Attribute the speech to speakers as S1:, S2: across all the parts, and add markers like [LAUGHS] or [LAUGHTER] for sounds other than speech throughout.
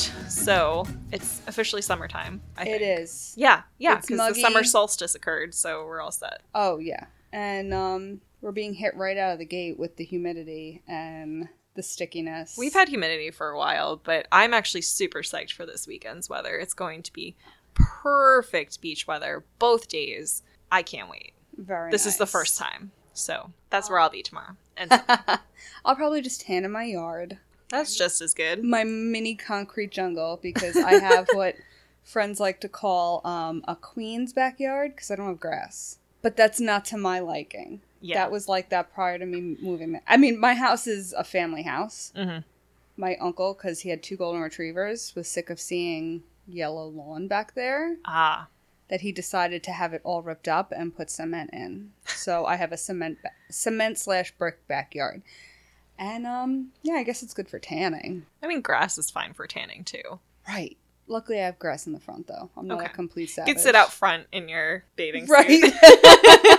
S1: So it's officially summertime. I
S2: It
S1: think.
S2: is.
S1: Yeah, yeah,
S2: It's
S1: because the
S2: muggy.
S1: summer solstice occurred, so we're all set.
S2: Oh yeah, and um, we're being hit right out of the gate with the humidity and the stickiness.
S1: We've had humidity for a while, but I'm actually super psyched for this weekend's weather. It's going to be perfect beach weather both days. I can't wait.
S2: very.
S1: this is the
S2: nice.
S1: first time, so that's where I'll be tomorrow, and so-
S2: [LAUGHS] I'll probably just tan in my yard,
S1: that's just as good.
S2: my mini concrete jungle, because I
S1: [LAUGHS]
S2: have what friends like to call um, a queen's backyard because I don't have grass. But that's not to my liking.
S1: Yeah,
S2: That was like that prior to me moving. there. I mean, my house is a family house.
S1: Mhm.
S2: My uncle, because he had two golden retrievers, was sick of seeing yellow lawn back there
S1: ah,
S2: that he decided to have it all ripped up and put cement in. So I have a cement ba- cement slash brick backyard, and um, yeah, I guess it's good for tanning,
S1: I mean grass is fine for tanning too.
S2: right? Luckily, I have grass in the front though. I'm not
S1: Okay.
S2: a
S1: You
S2: complete savage.
S1: can sit out front in your bathing [LAUGHS]
S2: Right.
S1: suit.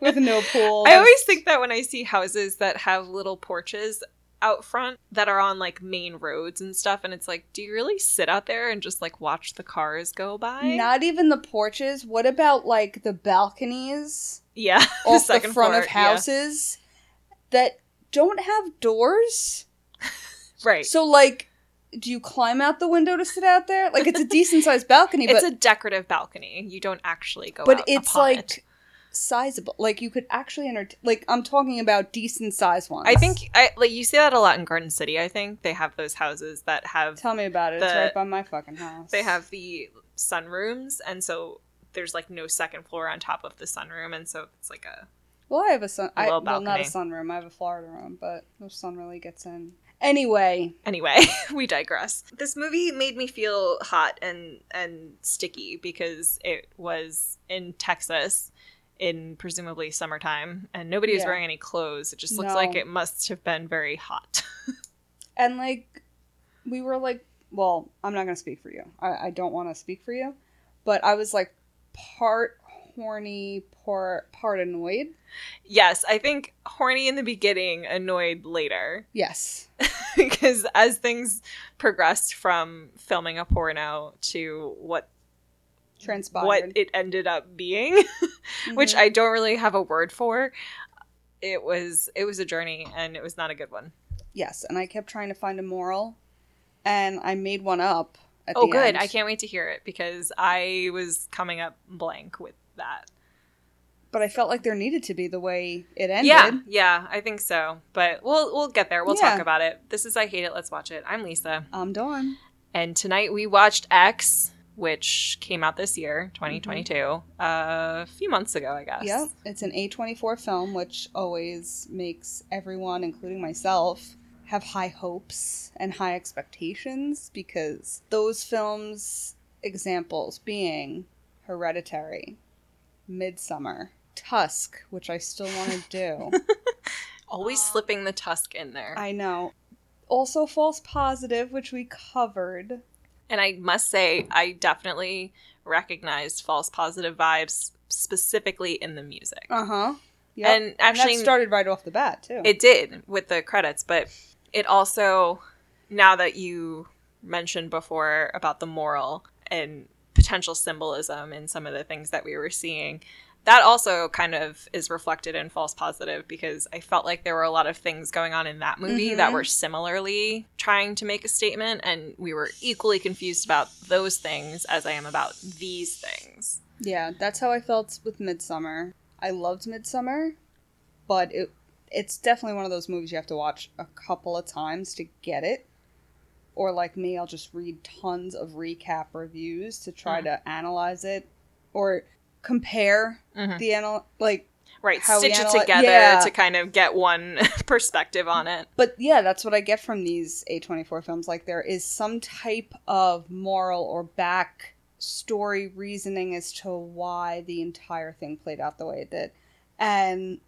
S2: with no pool.
S1: I always think that when I see houses that have little porches out front that are on like main roads and stuff, and it's like, do you really sit out there and just like watch the cars go by?
S2: Not even the porches. What about like the balconies?
S1: [LAUGHS] yeah,
S2: off the, front of
S1: floor, yeah.
S2: houses that don't have doors.
S1: Right,
S2: So like, do you climb out the window to sit out there? Like it's a decent
S1: [LAUGHS]
S2: sized balcony, but
S1: it's a decorative balcony. You don't actually go.
S2: but
S1: out
S2: it's
S1: upon
S2: like
S1: it.
S2: sizable. Like you could actually enter. Like I'm talking about decent sized ones.
S1: I think I like you see that a lot in Garden City. I think they have those houses that have
S2: Tell me about it. it's
S1: the-
S2: right by my fucking house.
S1: they have the sunrooms, and so there's like no second floor on top of the sunroom, and so it's like a
S2: Well, I have a sun.
S1: A
S2: I,
S1: little
S2: well, not a
S1: balcony.
S2: sunroom. I have a Florida room, but no sun really gets in. Anyway,
S1: anyway [LAUGHS] we digress this movie made me feel hot and and sticky because it was in texas in presumably summertime and nobody was
S2: Yeah.
S1: wearing any clothes it just looks
S2: No.
S1: like it must have been very hot [LAUGHS]
S2: and like we were like well i'm not gonna speak for you i, I don't want to speak for you but i was like part horny part part annoyed
S1: yes i think horny in the beginning annoyed later [LAUGHS]
S2: yes
S1: because as things progressed from filming a porno to what
S2: transpired
S1: what it ended up being [LAUGHS] which
S2: Mhm.
S1: i don't really have a word for it was it was a journey and it was not a good one
S2: yes and i kept trying to find a moral and i made one up at
S1: Oh,
S2: the
S1: good.
S2: end.
S1: I can't wait to hear it because I was coming up blank with that.
S2: but i felt like there needed to be the way it ended
S1: Yeah, yeah, I think so. But we'll we'll get there. We'll talk
S2: Yeah.
S1: about it. This is I hate it. Let's watch it. I'm Lisa,
S2: i'm done
S1: and tonight we watched X, which came out this year, 2022, a few months ago, I guess.
S2: Mm-hmm. yep it's an a24 film which always makes everyone including myself have high hopes and high expectations because those films examples being hereditary midsummer tusk which i still
S1: [LAUGHS]
S2: want to do
S1: Always
S2: Um,
S1: slipping the tusk in there.
S2: i know also false positive which we covered
S1: And I must say, I definitely recognized false positive vibes specifically in the music.
S2: uh-huh yeah and,
S1: And actually,
S2: that started right off the bat too
S1: It did with the credits, but it also, now that you mentioned before about the moral and potential symbolism in some of the things that we were seeing, that also kind of is reflected in False Positive because I felt like there were a lot of things going on in that movie that
S2: Mhm.
S1: were similarly trying to make a statement, and we were equally confused about those things as I am about these things.
S2: Yeah, that's how I felt with Midsummer. I loved Midsummer, but it it's definitely one of those movies you have to watch a couple of times to get it. Or like me, I'll just read tons of recap reviews to try to analyze it or compare
S1: Mhm.
S2: the anal like
S1: Right,
S2: How we
S1: stitch it
S2: analy-
S1: together
S2: Yeah.
S1: to kind of get one [LAUGHS] perspective on it.
S2: but yeah, that's what I get from these A24 films. Like, there is some type of moral or back story reasoning as to why the entire thing played out the way it did. And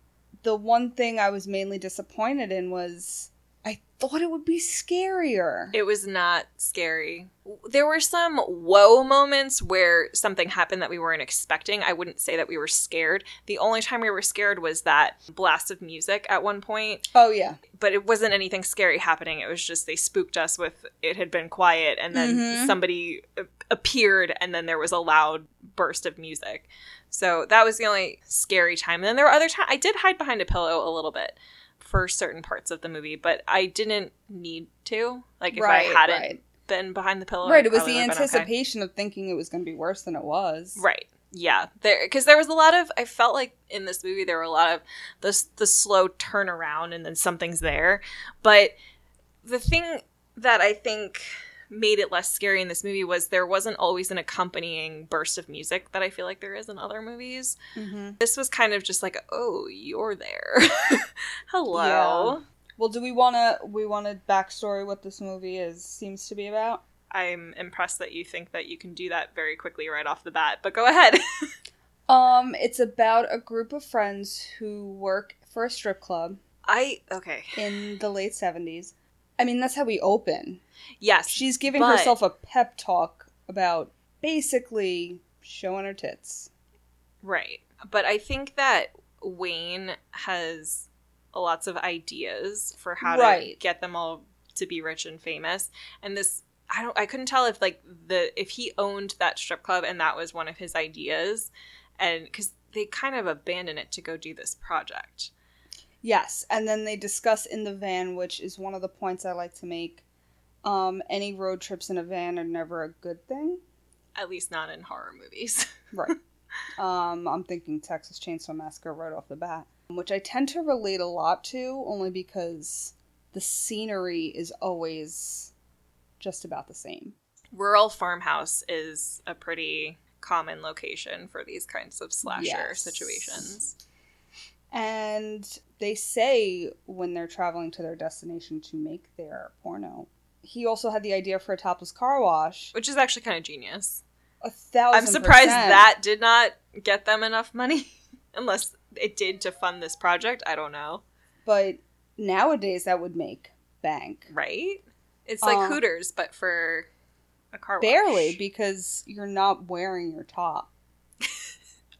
S2: the one thing I was mainly disappointed in was I thought it would be scarier.
S1: It was not scary. There were some whoa moments where something happened that we weren't expecting. I wouldn't say that we were scared. The only time we were scared was that blast of music at one point,
S2: oh yeah.
S1: but it wasn't anything scary happening. It was just they spooked us with it had been quiet and then
S2: Mhm.
S1: somebody a- appeared and then there was a loud burst of music. So that was the only scary time. And then there were other times I did hide behind a pillow a little bit for certain parts of the movie, but I didn't need to. Like if I hadn't
S2: right.
S1: been behind the pillow, I
S2: Right, It was
S1: probably
S2: the
S1: would've been okay.
S2: anticipation of thinking it was going to be worse than it was.
S1: Right. Yeah. There because there was a lot of I felt like in this movie there were a lot of the s- the slow turnaround and then something's there. But the thing that I think made it less scary in this movie was there wasn't always an accompanying burst of music that I feel like there is in other movies.
S2: Mm-hmm.
S1: This was kind of just like, "Oh, you're there." [LAUGHS] Hello.
S2: Well, do we want to we want to backstory what this movie is seems to be about?
S1: I'm impressed that you think that you can do that very quickly right off the bat, but go ahead. [LAUGHS]
S2: Um, it's about a group of friends who work for a strip club
S1: I okay.
S2: in the late seventies. I mean, that's how we open.
S1: Yes.
S2: She's giving
S1: But-
S2: herself a pep talk about basically showing her tits.
S1: Right. But I think that Wayne has lots of ideas for how to
S2: Right.
S1: get them all to be rich and famous. And this I don't I couldn't tell if like the if he owned that strip club and that was one of his ideas and cuz they kind of abandon it to go do this project.
S2: Yes, and then they discuss in the van, which is one of the points I like to make. Um, any road trips in a van are never a good thing.
S1: At least not in horror movies. [LAUGHS]
S2: Right. um, I'm thinking Texas Chainsaw Massacre right off the bat, which I tend to relate a lot to only because the scenery is always just about the same.
S1: Rural farmhouse is a pretty common location for these kinds of slasher
S2: Yes.
S1: situations.
S2: And they say when they're traveling to their destination to make their porno. He also had the idea for a topless car wash.
S1: Which is actually kind of genius.
S2: A thousand.
S1: I'm surprised
S2: percent.
S1: that did not get them enough money, [LAUGHS] unless it did to fund this project. I don't know,
S2: But nowadays that would make bank.
S1: right? It's like
S2: Uh,
S1: Hooters, but for a car wash.
S2: Barely because you're not wearing your top.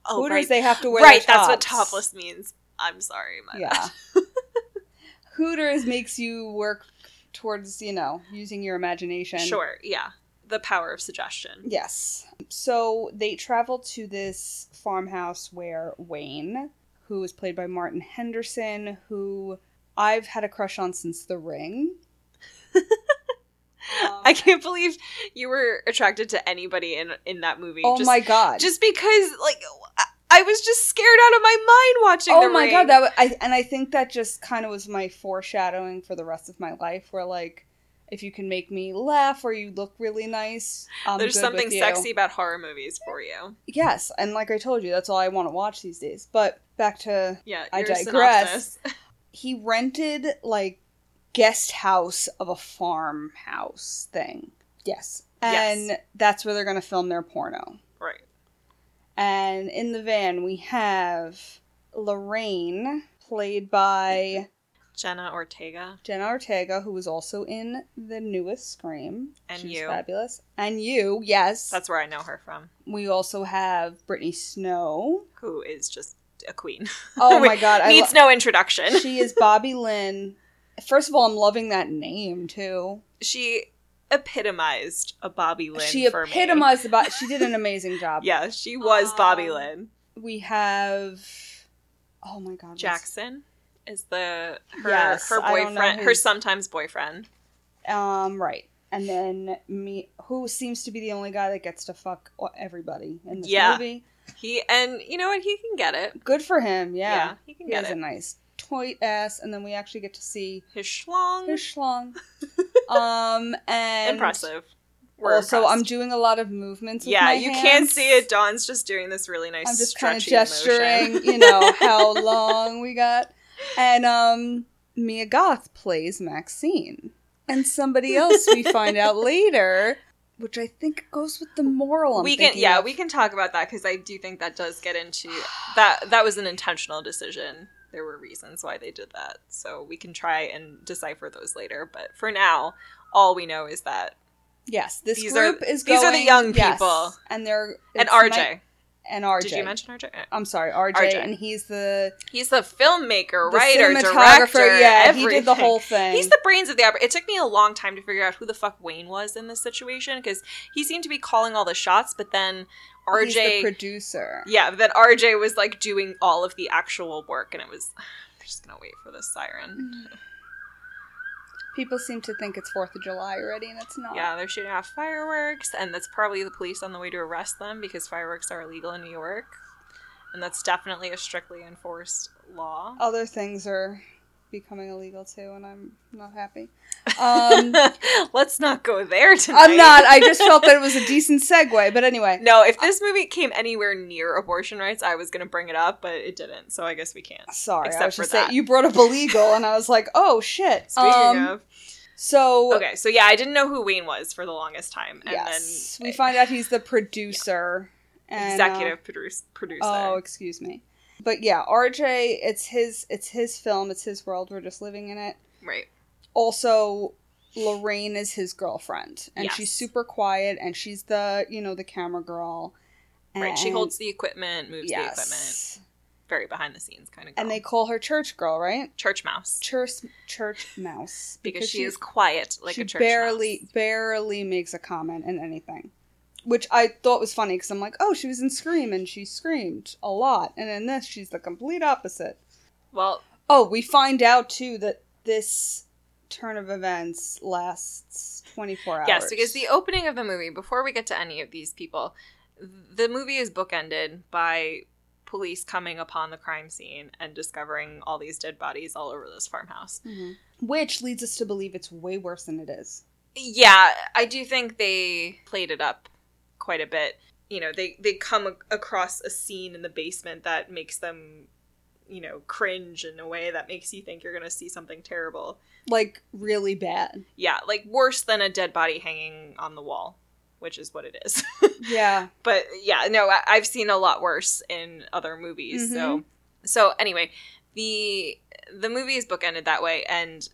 S1: Oh,
S2: Hooters,
S1: right,
S2: they have to wear
S1: right.
S2: their
S1: That's what
S2: tops.
S1: topless means. I'm sorry, my
S2: Yeah.
S1: bad.
S2: [LAUGHS] Hooters makes you work towards, you know, using your imagination.
S1: Sure, yeah. The power of suggestion.
S2: Yes. So they travel to this farmhouse where Wayne, who is played by Martin Henderson, who I've had a crush on since The Ring.
S1: [LAUGHS]
S2: Um,
S1: I can't believe you were attracted to anybody in in that movie.
S2: oh
S1: just,
S2: my god!
S1: Just because, like, I, I was just scared out of my mind watching. The
S2: oh my
S1: Ring.
S2: god! That wa- I, and I think that just kind of was my foreshadowing for the rest of my life, where like, if you can make me laugh or you look really nice, I'm
S1: There's
S2: good
S1: something
S2: with you.
S1: sexy about horror movies for you.
S2: Yes, and like I told you, that's all I want to watch these days. But back to
S1: Yeah,
S2: I
S1: your
S2: digress.
S1: synopsis.
S2: he rented like guest house of a farmhouse thing. Yes.
S1: Yes.
S2: And that's where they're going to film their porno.
S1: Right.
S2: And in the van we have Lorraine played by
S1: Jenna Ortega.
S2: Jenna Ortega who was also in the newest Scream.
S1: And
S2: She's
S1: you.
S2: fabulous. And you, yes.
S1: That's where I know her from.
S2: we also have
S1: [LAUGHS]
S2: Brittany Snow.
S1: Who is just a queen.
S2: Oh
S1: We-
S2: my god, [LAUGHS] I
S1: Needs
S2: lo-
S1: no introduction. [LAUGHS]
S2: she is Bobby Lynn. First of all, I'm loving that name too.
S1: She epitomized a Bobby Lynn.
S2: she
S1: for me.
S2: epitomized the bo- she did an amazing
S1: [LAUGHS]
S2: job
S1: Yeah, she was Bobby
S2: Um,
S1: Lynn.
S2: we have oh my god what's-
S1: Jackson is the her
S2: Yes,
S1: her
S2: I don't know
S1: boyfriend, her
S2: who's-
S1: sometimes boyfriend.
S2: um right and then me who seems to be the only guy that gets to fuck everybody in this
S1: Yeah.
S2: movie
S1: He and you know what? He can get it.
S2: good for him yeah,
S1: he can
S2: he
S1: get
S2: has a
S1: it.
S2: nice toy ass and then we actually get to see
S1: His schlong. [LAUGHS]
S2: his schlong um and
S1: impressive. We're
S2: also i'm
S1: impressed.
S2: doing a lot of movements with
S1: yeah,
S2: my
S1: you
S2: hands.
S1: can't see it. Dawn's just doing this really nice.
S2: I'm just kind of
S1: stretchy
S2: gesturing,
S1: motion.
S2: you know, how
S1: [LAUGHS]
S2: long we got. And um, Mia Goth plays Maxine. And somebody else we find
S1: [LAUGHS]
S2: out later, which I think goes with the moral. I'm
S1: we can
S2: thinking
S1: yeah
S2: of. [SIGHS]
S1: we can talk about that because i do think that does get into that that was an intentional decision there were reasons why they did that. So we can try and decipher those later. But for now, all we know is that
S2: Yes, this
S1: These are-
S2: group is
S1: these
S2: going,
S1: are the young
S2: yes,
S1: people.
S2: and they're
S1: and
S2: it's
S1: RJ.
S2: my- and RJ.
S1: Did you mention RJ? Eh,
S2: I'm sorry, RJ,
S1: RJ.
S2: and he's the,
S1: He's the filmmaker,
S2: the
S1: writer,
S2: cinematographer.
S1: director.
S2: yeah,
S1: everything.
S2: he did the whole thing.
S1: He's the brains of the opera. It took me a long time to figure out who the fuck Wayne was in this situation because he seemed to be calling all the shots, but then RJ.
S2: He's the producer.
S1: yeah, then RJ was like doing all of the actual work, and it was. [SIGHS] I'm just gonna wait for the siren.
S2: People seem to think it's Fourth of July already, and it's not.
S1: Yeah, they're shooting off fireworks, and that's probably the police on the way to arrest them because fireworks are illegal in New York, and that's definitely a strictly enforced law.
S2: Other things are becoming illegal too, and I'm not happy. Um,
S1: [LAUGHS] Let's not go there tonight.
S2: I'm not. I just felt that it was a decent segue, but anyway,
S1: No, if this movie came anywhere near abortion rights, I was going to bring it up, but it didn't, so I guess we can't.
S2: sorry.
S1: Except
S2: I was
S1: for
S2: just
S1: that.
S2: saying you brought up illegal, and I was like, oh shit.
S1: Speaking
S2: Um,
S1: of.
S2: so
S1: Okay, so yeah, I didn't know who Wayne was for the longest time. And
S2: yes,
S1: then e-
S2: we find out he's the producer, and, uh,
S1: executive produce, producer.
S2: Oh, excuse me. But yeah, RJ, it's his it's his film, it's his world, we're just living in it.
S1: right.
S2: Also, Lorraine is his girlfriend. And
S1: Yes.
S2: she's super quiet and she's the you know, the camera girl.
S1: Right. She
S2: and-
S1: holds the equipment, moves the equipment. Oh. Very behind the scenes kind of girl.
S2: And they call her church girl, right?
S1: church mouse.
S2: Church church mouse.
S1: [LAUGHS] because, she, is quiet like
S2: she
S1: a church
S2: barely
S1: mouse.
S2: barely makes a comment in anything. Which I thought was funny because I'm like, oh, she was in Scream and she screamed a lot. And in this, she's the complete opposite.
S1: Well,
S2: Oh, we find out too that this turn of events lasts 24 hours.
S1: Yes, because the opening of the movie, before we get to any of these people, the movie is bookended by police coming upon the crime scene and discovering all these dead bodies all over this farmhouse.
S2: Mhm. Which leads us to believe it's way worse than it is.
S1: Yeah, I do think they played it up quite a bit. You know, they they come ac- across a scene in the basement that makes them, you know, cringe in a way that makes you think you're going to see something terrible.
S2: Like, really bad.
S1: Yeah, like worse than a dead body hanging on the wall, which is what it is.
S2: Yeah.
S1: but yeah, no, I, I've seen a lot worse in other movies.
S2: Mm-hmm.
S1: So, so anyway, the the movie is bookended that way, and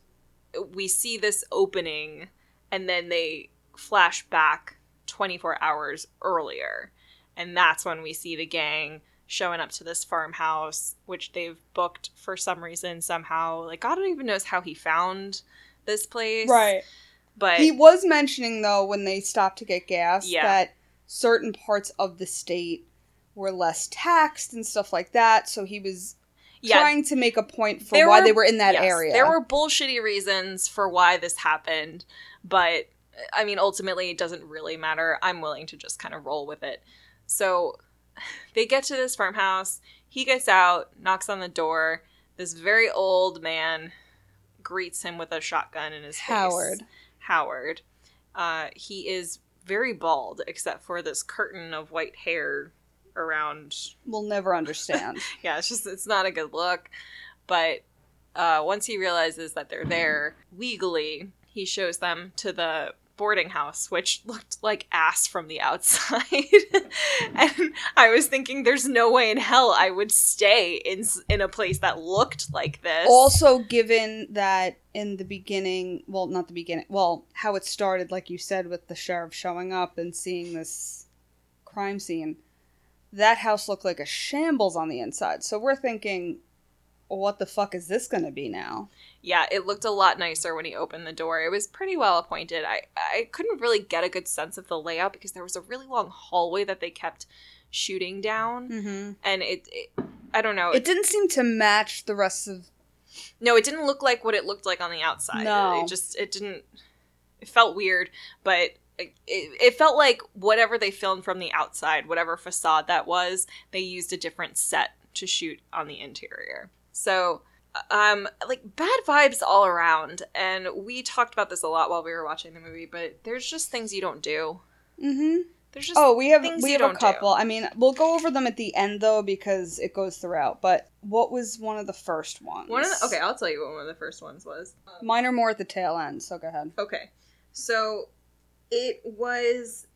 S1: we see this opening, and then they flash back 24 hours earlier, and that's when we see the gang showing up to this farmhouse, which they've booked for some reason somehow. Like God even knows how he found this place,
S2: [LAUGHS] Right.
S1: But
S2: He was mentioning, though, when they stopped to get gas,
S1: Yeah.
S2: that certain parts of the state were less taxed and stuff like that. So he was
S1: yeah,
S2: trying to make a point for
S1: There
S2: why
S1: were-
S2: they were in that
S1: Yes,
S2: area.
S1: There were bullshitty reasons for why this happened, but I mean, ultimately, it doesn't really matter. I'm willing to just kind of roll with it. So [SIGHS] they get to this farmhouse. He gets out, knocks on the door. This very old man greets him with a shotgun in his face.
S2: Howard.
S1: Howard. Uh, he is very bald, except for this curtain of white hair around
S2: We'll never understand.
S1: yeah, it's just it's not a good look. But uh, once he realizes that they're there legally, he shows them to the boarding house, which looked like ass from the outside. [LAUGHS] and I was thinking, there's no way in hell I would stay in s- in a place that looked like this.
S2: Also, given that in the beginning, well, not the beginning, well, how it started, like you said, with the sheriff showing up and seeing this crime scene, that house looked like a shambles on the inside. So we're thinking, what the fuck is this going to be now?
S1: yeah, it looked a lot nicer when he opened the door. It was pretty well appointed. I, I couldn't really get a good sense of the layout because there was a really long hallway that they kept shooting down.
S2: Mm-hmm.
S1: And it, Oh, it I don't know.
S2: It didn't seem to match the rest of.
S1: No, it didn't look like what it looked like on the outside.
S2: No.
S1: It just it didn't it felt weird, but it, it felt like whatever they filmed from the outside, whatever facade that was, they used a different set to shoot on the interior. So um like bad vibes all around and we talked about this a lot while we were watching the movie, but there's just things you don't do.
S2: Mm-hmm.
S1: There's just
S2: Oh, we have
S1: things
S2: we
S1: you
S2: have a
S1: don't do.
S2: couple. I mean, we'll go over them at the end though because it goes throughout. But what was one of the first ones?
S1: one of the, okay, I'll tell you what one of the first ones was.
S2: Mine are more at the tail end, so go ahead.
S1: Okay. So it was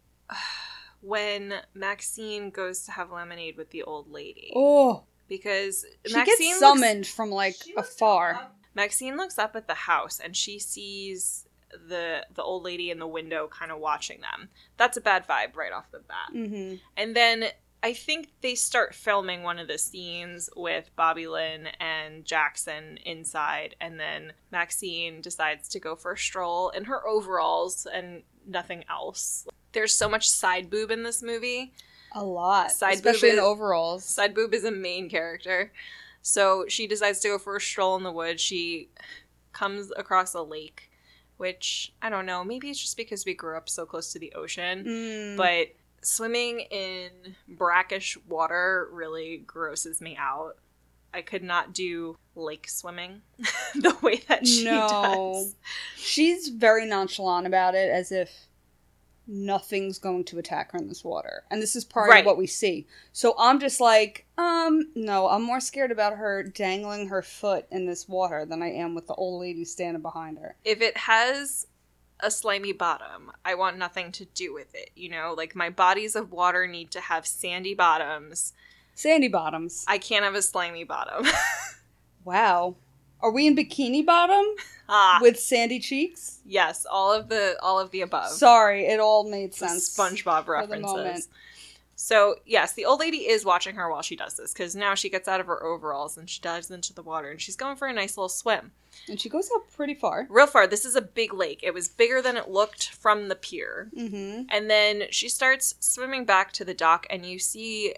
S1: [SIGHS] when Maxine goes to have lemonade with the old lady.
S2: Oh,
S1: because
S2: She
S1: Maxine looks-
S2: gets summoned from like
S3: She was
S2: afar.
S3: up-
S1: Maxine looks up at the house and she sees the the old lady in the window kind of watching them. That's a bad vibe right off the bat.
S2: Mm-hmm.
S1: And then I think they start filming one of the scenes with Bobby Lynn and Jackson inside and then Maxine decides to go for a stroll in her overalls and nothing else. There's so much side boob in this movie.
S2: A lot,
S1: Side
S2: especially in
S1: boob is-
S2: overalls.
S1: Side Boob is a main character. So she decides to go for a stroll in the woods. She comes across a lake, which I don't know, maybe it's just because we grew up so close to the ocean,
S2: Mm.
S1: but swimming in brackish water really grosses me out. I could not do lake swimming [LAUGHS] the way that she
S2: no,
S1: does.
S2: she's very nonchalant about it, as if nothing's going to attack her in this water. And this is part
S1: Right.
S2: of what we see. So I'm just like, um, no, I'm more scared about her dangling her foot in this water than I am with the old lady standing behind her.
S1: If it has a slimy bottom, I want nothing to do with it, you know? Like my bodies of water need to have sandy bottoms
S2: Sandy bottoms.
S1: I can't have a slimy bottom. [LAUGHS]
S2: Wow. Are we in bikini bottom
S1: ah,
S2: with sandy cheeks?
S1: yes, all of the all of the above.
S2: Sorry, it all made
S1: The
S2: sense.
S1: SpongeBob
S2: for the
S1: references.
S2: moment.
S1: So yes, the old lady is watching her while she does this because now she gets out of her overalls and she dives into the water and she's going for a nice little swim.
S2: And she goes out pretty far.
S1: Real far, this is a big lake. It was bigger than it looked from the pier.
S2: Mm-hmm.
S1: And then she starts swimming back to the dock, and you see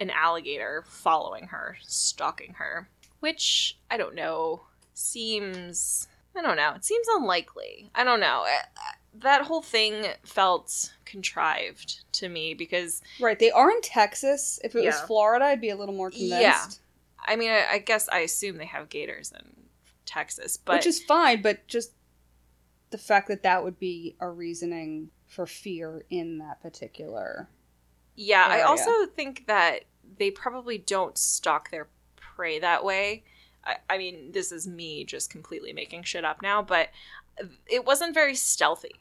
S1: an alligator following her, stalking her, which I don't know seems I don't know. It seems unlikely. I don't know. I- I- That whole thing felt contrived to me because
S2: Right. They are in Texas. If it was
S1: Yeah.
S2: Florida, I'd be a little more convinced.
S1: Yeah, I mean I, I guess I assume they have gators in Texas, but
S2: Which is fine, but just the fact that that would be a reasoning for fear in that particular.
S1: Yeah, I
S2: area.
S1: also think that they probably don't stalk their prey that way. I, I mean, this is me just completely making shit up now, but it wasn't very stealthy.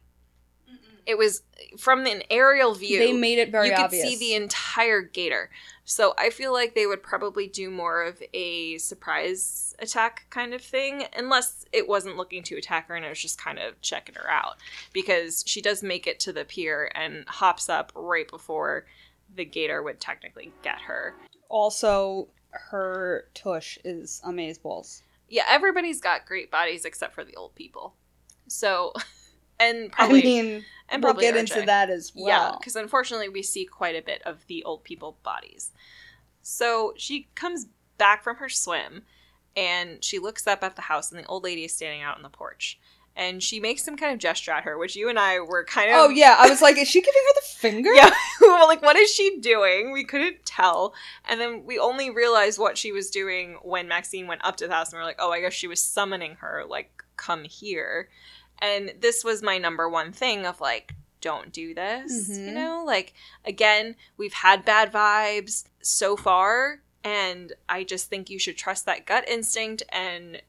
S3: Mm-mm.
S1: It was from an aerial view.
S2: they made it very
S1: you could
S2: obvious.
S1: see the entire gator. So I feel like they would probably do more of a surprise attack kind of thing, unless it wasn't looking to attack her and it was just kind of checking her out. Because she does make it to the pier and hops up right before the gator would technically get her.
S2: also, her tush is amazeballs.
S1: Yeah, everybody's got great bodies except for the old people. So, [LAUGHS] and
S2: I
S1: probably,
S2: mean,
S1: and
S2: we'll
S1: probably
S2: get
S1: RJ.
S2: into that as
S1: Yeah,
S2: well.
S1: because unfortunately, we see quite a bit of the old people bodies. So she comes back from her swim and she looks up at the house, and the old lady is standing out on the porch. And she makes some kind of gesture at her, which you and I were kind of.
S2: Oh yeah, I was like, is she giving her the finger?
S1: Yeah, we were [LAUGHS] like, what is she doing? We couldn't tell. And then we only realized what she was doing when Maxine went up to the house and we are like, oh, I guess she was summoning her, like, come here. And this was my number one thing of like, don't do this. You
S2: Mhm.
S1: know, like, again, we've had bad vibes so far. And I just think you should trust that gut instinct and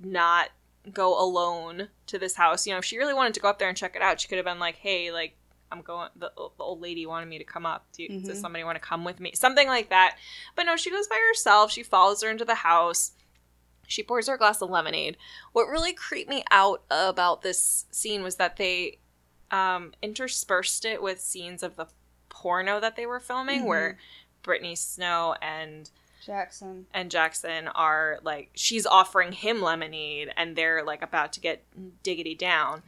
S1: not go alone to this house. You know, if she really wanted to go up there and check it out, she could have been like, "Hey, like I'm going. The, the old lady wanted me to come up. Do, you Does
S2: Mhm.
S1: somebody want to come with me? Something like that." But no, she goes by herself. She follows her into the house. She pours her glass of lemonade. What really creeped me out about this scene was that they um, interspersed it with scenes of the porno that they were filming,
S2: Mhm.
S1: where Brittany Snow and
S2: Jackson.
S1: and Jackson are like she's offering him lemonade and they're like about to get diggity down.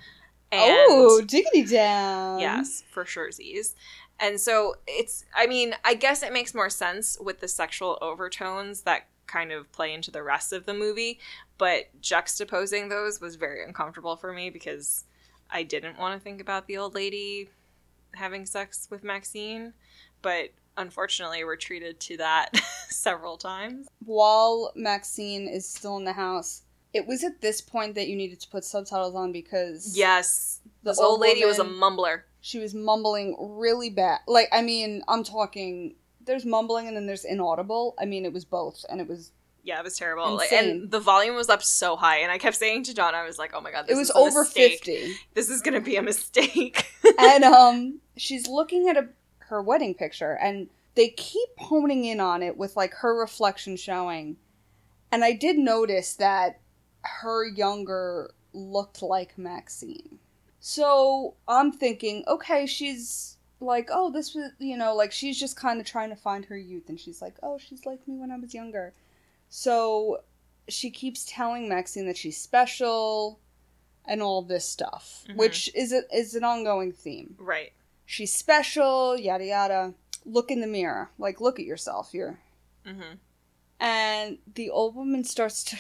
S1: And
S2: oh, diggity down.
S1: yes, for surezies. And so it's I mean, I guess it makes more sense with the sexual overtones that kind of play into the rest of the movie, but juxtaposing those was very uncomfortable for me because I didn't want to think about the old lady having sex with Maxine, but unfortunately we're treated to that [LAUGHS] several times.
S2: while Maxine is still in the house, it was at this point that you needed to put subtitles on because
S1: Yes.
S2: the
S1: this old, lady was a
S2: woman,
S1: mumbler.
S2: she was mumbling really bad. Like I mean, I'm talking. There's mumbling and then there's inaudible. I mean, it was both, and it was
S1: Yeah, it was terrible. Like, and
S2: Insane.
S1: the volume was up so high, and I kept saying to John, I was like, "Oh my god, this
S2: it was
S1: is a
S2: over
S1: mistake.
S2: fifty.
S1: This is gonna be a mistake." [LAUGHS]
S2: and um, she's looking at a her wedding picture, and they keep honing in on it with like her reflection showing. And I did notice that her younger looked like Maxine. So I'm thinking, okay, she's like, oh, this was, you know, like she's just kind of trying to find her youth. And she's like, oh, she's like me when I was younger. So she keeps telling Maxine that she's special and all this stuff,
S1: Mhm.
S2: which is, a, is an ongoing theme.
S1: Right.
S2: She's special, yada yada. Look in the mirror. Like, look at yourself. You're.
S1: Mm-hmm.
S2: And the old woman
S1: [LAUGHS]
S2: starts to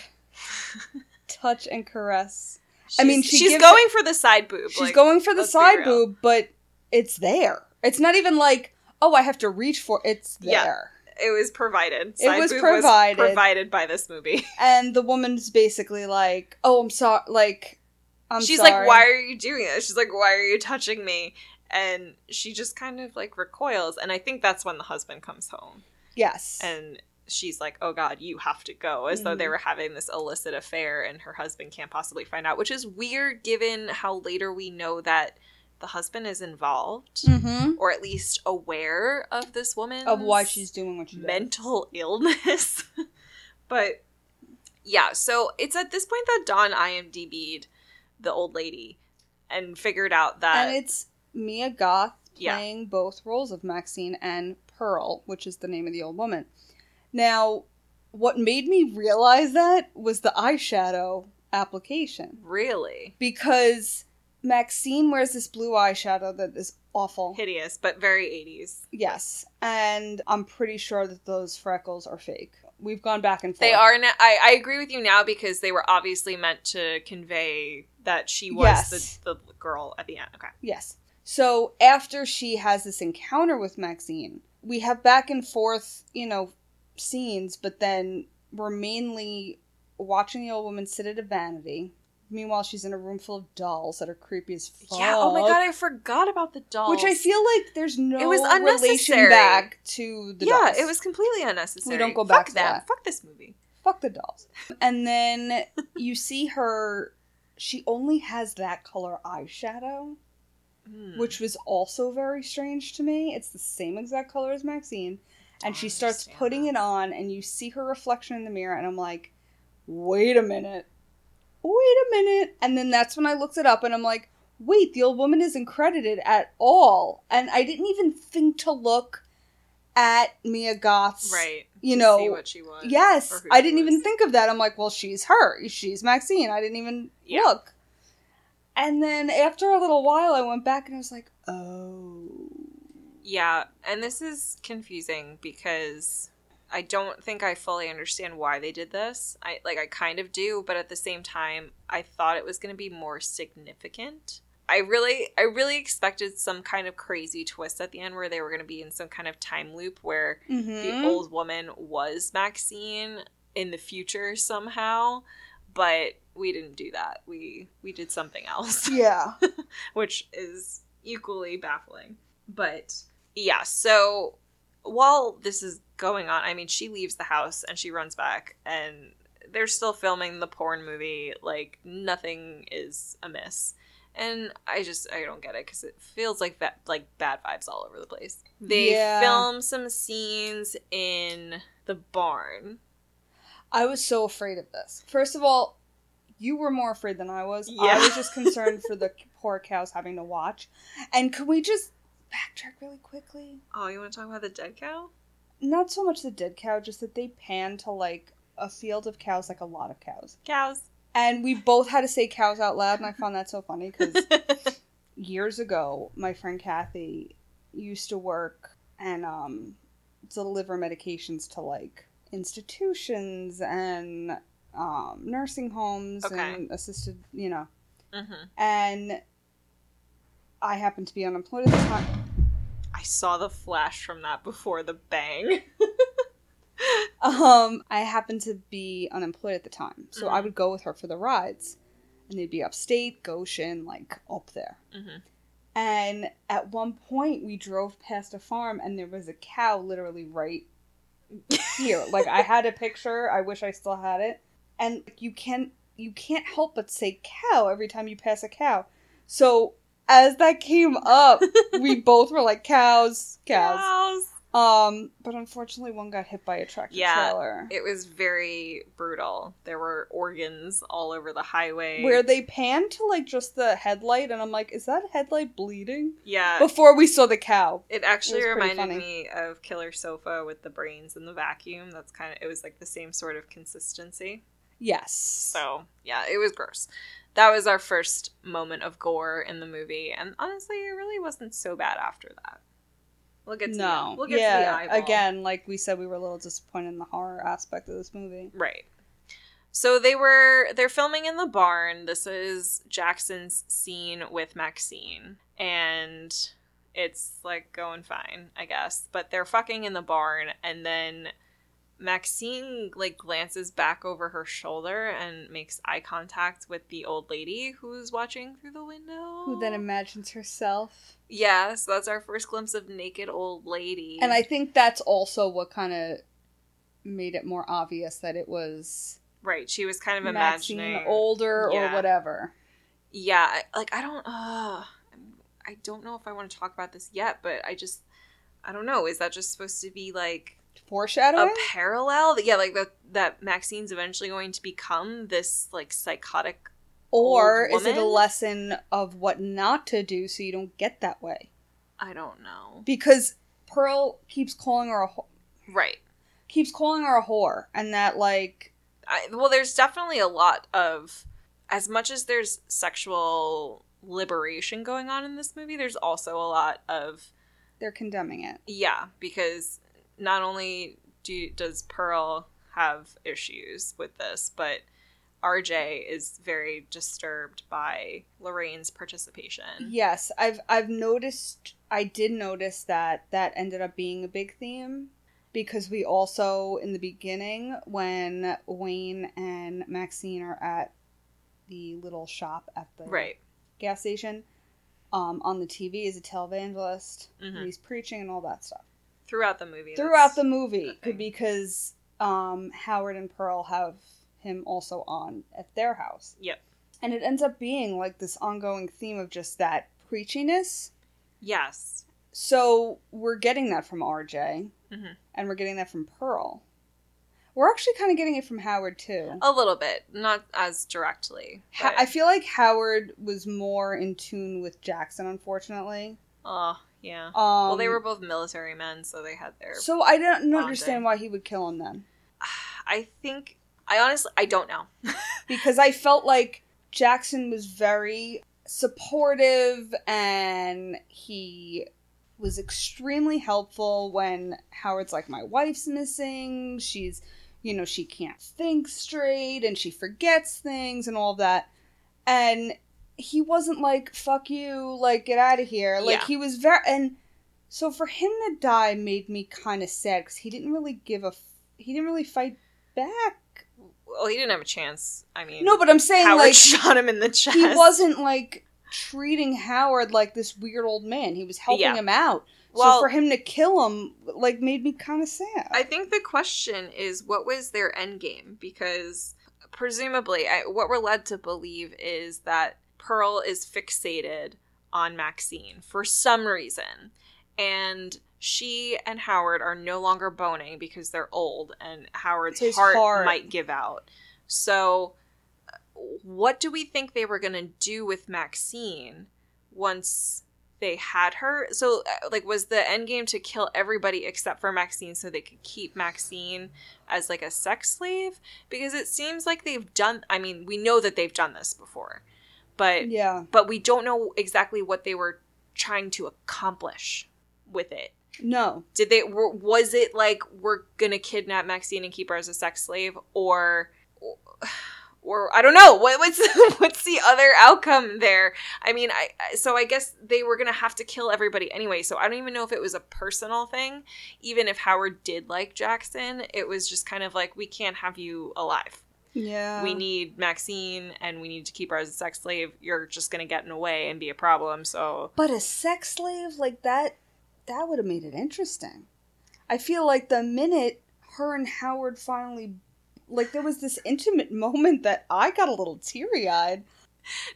S2: touch and caress. I mean, she
S1: she's
S2: gives-
S1: going for the side boob.
S2: She's
S1: like-
S2: going for the
S1: let's be
S2: side
S1: real.
S2: boob, but it's there. It's not even like, oh, I have to reach for It's
S1: Yeah.
S2: there.
S1: It was provided.
S2: It was provided.
S1: provided by this movie.
S2: And the woman's basically like, oh, I'm sorry. Like, [LAUGHS] I'm
S1: she's
S2: sorry.
S1: like, "Why are you doing this?" She's like, "Why are you touching me?" And she just kind of like recoils. And I think that's when the husband comes home,
S2: Yes.
S1: and she's like, "Oh God, you have to go," as though they
S2: Mhm.
S1: were having this illicit affair, and her husband can't possibly find out, which is weird given how later we know that the husband is involved
S2: hmm
S1: or at least aware of this woman
S2: Of why she's doing what she did.
S1: mental [LAUGHS] illness. but yeah, so it's at this point that Dawn IMDb'd the old lady and figured out that
S2: and it's Mia Goth
S1: Uh, Yeah.
S2: playing both roles of Maxine and Pearl, which is the name of the old woman. Now, what made me realize that was the eyeshadow application
S1: really
S2: because Maxine wears this blue eyeshadow that is awful.
S1: hideous, but very 80s.
S2: Yes, and I'm pretty sure that those freckles are fake. We've gone back and forth.
S1: They are. Now, I, I agree with you now because they were obviously meant to convey that she was
S2: Yes.
S1: the, the girl at the end. Okay.
S2: Yes. So after she has this encounter with Maxine, we have back and forth, you know, scenes, but then we're mainly watching the old woman sit at a vanity. Meanwhile, she's in a room full of dolls that are creepy as fuck.
S1: Yeah. Oh my god, I forgot about the doll.
S2: Which I feel like there's no
S1: It was unnecessary.
S2: relation back to the
S1: yeah,
S2: dolls.
S1: it was completely unnecessary.
S2: We don't go
S1: Fuck
S2: back to
S1: them.
S2: that.
S1: Fuck this movie.
S2: fuck the dolls. And then you see her. She only has that color eyeshadow.
S1: Hmm.
S2: which was also very strange to me. It's the same exact color as Maxine. And
S1: Don't
S2: she starts
S1: understand
S2: putting
S1: that.
S2: it on, and you see her reflection in the mirror, and I'm like, wait a minute. Wait a minute. And then that's when I looked it up, and I'm like, wait, the old woman isn't credited at all. And I didn't even think to look at Mia Goth's,
S1: right.
S2: you
S1: See
S2: know.
S1: what she was. or
S2: Yes,
S1: who
S2: I
S1: she
S2: didn't even
S1: was.
S2: think of that. I'm like, well, she's her. She's Maxine. I didn't even
S1: Yeah.
S2: look. And then after a little while, I went back and I was like, oh.
S1: Yeah, and this is confusing because I don't think I fully understand why they did this. I like I kind of do, but at the same time, I thought it was going to be more significant. I really I really expected some kind of crazy twist at the end where they were going to be in some kind of time loop where
S2: Mm-hmm.
S1: the old [LAUGHS] woman was Maxine in the future somehow, but we didn't do that. We we did something else [LAUGHS]
S2: yeah.
S1: which is equally baffling. But yeah, so while this is going on, I mean, she leaves the house and she runs back, and they're still filming the porn movie. Like, nothing is amiss. And I just I don't get it because it feels like that like bad vibes all over the place. They
S2: Yeah.
S1: film some scenes in the barn.
S2: I was so afraid of this. First of all, you were more afraid than I was.
S1: Yeah.
S2: I was just concerned for
S1: [LAUGHS]
S2: the poor cows having to watch. And can we just backtrack really quickly?
S1: Oh, you want to talk about the dead cow?
S2: Not so much the dead cow, just that they pan to like a field of cows, like a lot of cows.
S1: Cows.
S2: And we both had to say cows out loud, and I found that so funny because
S1: [LAUGHS]
S2: years ago, my friend Kathy used to work and um, deliver medications to like institutions and um, nursing homes
S1: Okay.
S2: and assisted, you know.
S1: hmm
S2: And I happened to be unemployed at the time.
S1: I saw the flash from that before the bang.
S2: Um, I happened to be unemployed at the time, so I
S1: Mhm.
S2: would go with her for the rides, and they'd be upstate, Goshen, like up there.
S1: hmm
S2: And at one point, we drove past a farm, and there was a cow literally right here. like I had a picture. I wish I still had it. And you can you can't help but say cow every time you pass a cow. So as that came up, we both were like cows, cows.
S1: Cows.
S2: Um, but unfortunately, one got hit by a tractor
S1: Yeah,
S2: trailer.
S1: It was very brutal. There were organs all over the highway.
S2: where they pan to like just the headlight, and I'm like, is that headlight bleeding?
S1: yeah.
S2: Before we saw the cow.
S1: It actually
S2: It was pretty
S1: reminded
S2: funny.
S1: me of Killer Sofa with the brains and the vacuum. That's kind of it was like the same sort of consistency.
S2: Yes.
S1: So yeah, it was gross. That was our first moment of gore in the movie, and honestly, it really wasn't so bad after that. We'll get to
S2: no.
S1: the, we'll get
S2: yeah.
S1: to the eyeball.
S2: Again, like we said, we were a little disappointed in the horror aspect of this movie.
S1: Right. So they were they're filming in the barn. This is Jackson's scene with Maxine and it's like going fine, I guess. But they're fucking in the barn and then Maxine like glances back over her shoulder and makes eye contact with the old lady who's watching through the window.
S2: Who then imagines herself.
S1: Yeah, so that's our first glimpse of naked old lady.
S2: And I think that's also what kind of made it more obvious that it was
S1: Right, she was kind of
S2: Maxine
S1: imagining
S2: older
S1: Yeah.
S2: or whatever.
S1: yeah I- like i don't uh i don't know if i want to talk about this yet but i just i don't know is that just supposed to be like a
S2: Foreshadowing?
S1: parallel yeah like that that maxine's eventually going to become this like psychotic
S2: or
S1: old
S2: is it a
S1: woman?
S2: lesson of what not to do so you don't get that way?
S1: i don't know
S2: Because Pearl keeps calling her a wh-
S1: right
S2: keeps calling her a whore and that like
S1: I, well there's definitely a lot of as much as there's sexual liberation going on in this movie there's also a lot of
S2: they're condemning it.
S1: Yeah, because not only do does Pearl have issues with this, but RJ is very disturbed by Lorraine's participation.
S2: Yes, I've I've noticed I did notice that that ended up being a big theme because we also in the beginning when Wayne and Maxine are at the little shop at the
S1: Right.
S2: gas station um, on the TV is a televangelist
S1: Mhm.
S2: and he's preaching and all that stuff
S1: Throughout the movie.
S2: throughout
S1: that's-
S2: the movie
S1: thing.
S2: because um, Howard and Pearl have him also on at their house.
S1: Yep.
S2: And it ends up being like this ongoing theme of just that preachiness.
S1: Yes.
S2: So we're getting that from RJ
S1: Mhm.
S2: and we're getting that from Pearl. We're actually kind of getting it from Howard too.
S1: A little bit, not as directly.
S2: Ha- I feel like Howard was more in tune with Jackson, unfortunately.
S1: Oh, yeah.
S2: Um,
S1: well, they were both military men, so they had their
S2: So I don't
S1: bonding.
S2: understand why he would kill him then.
S1: [SIGHS] I think I honestly I don't know.
S2: because I felt like Jackson was very supportive and he was extremely helpful when Howard's like, My wife's missing. She's, you know, she can't think straight and she forgets things and all of that. And he wasn't like, Fuck you, like, get out of here. Like,
S1: Yeah.
S2: he was very. And so for him to die made me kind of sad because he didn't really give a. F- he didn't really fight back.
S1: Well, he didn't have a chance. I mean,
S2: No, but I'm saying
S1: Howard [LAUGHS]
S2: like
S1: shot him in the chest.
S2: he wasn't like treating Howard like this weird old man. He was helping
S1: Yeah.
S2: him out.
S1: Well,
S2: so for him to kill him like made me kind of sad.
S1: I think the question is what was their end game? Because presumably, I, what we're led to believe is that Pearl is fixated on Maxine for some reason. And she and Howard are no longer boning because they're old and Howard's
S2: His
S1: heart,
S2: heart.
S1: might give out. So, uh, what do we think they were going to do with Maxine once they had her. So, uh, like, was the end game to kill everybody except for Maxine so they could keep Maxine as like a sex slave? Because it seems like they've done. I mean, we know that they've done this before, but
S2: yeah.
S1: but we don't know exactly what they were trying to accomplish with it.
S2: No.
S1: Did they? Were, was it like we're gonna kidnap Maxine and keep her as a sex slave, or? Or I don't know what, what's [LAUGHS] what's the other outcome there. I mean, I I- so I guess they were gonna have to kill everybody anyway. So I don't even know if it was a personal thing. Even if Howard did like Jackson, it was just kind of like we can't have you alive.
S2: Yeah.
S1: we need Maxine, and we need to keep her as a sex slave. You're just gonna get in the way and be a problem. So
S2: But a sex slave like that that would have made it interesting. I feel like the minute her and Howard finally like there was this intimate [LAUGHS] moment that I got a little teary-eyed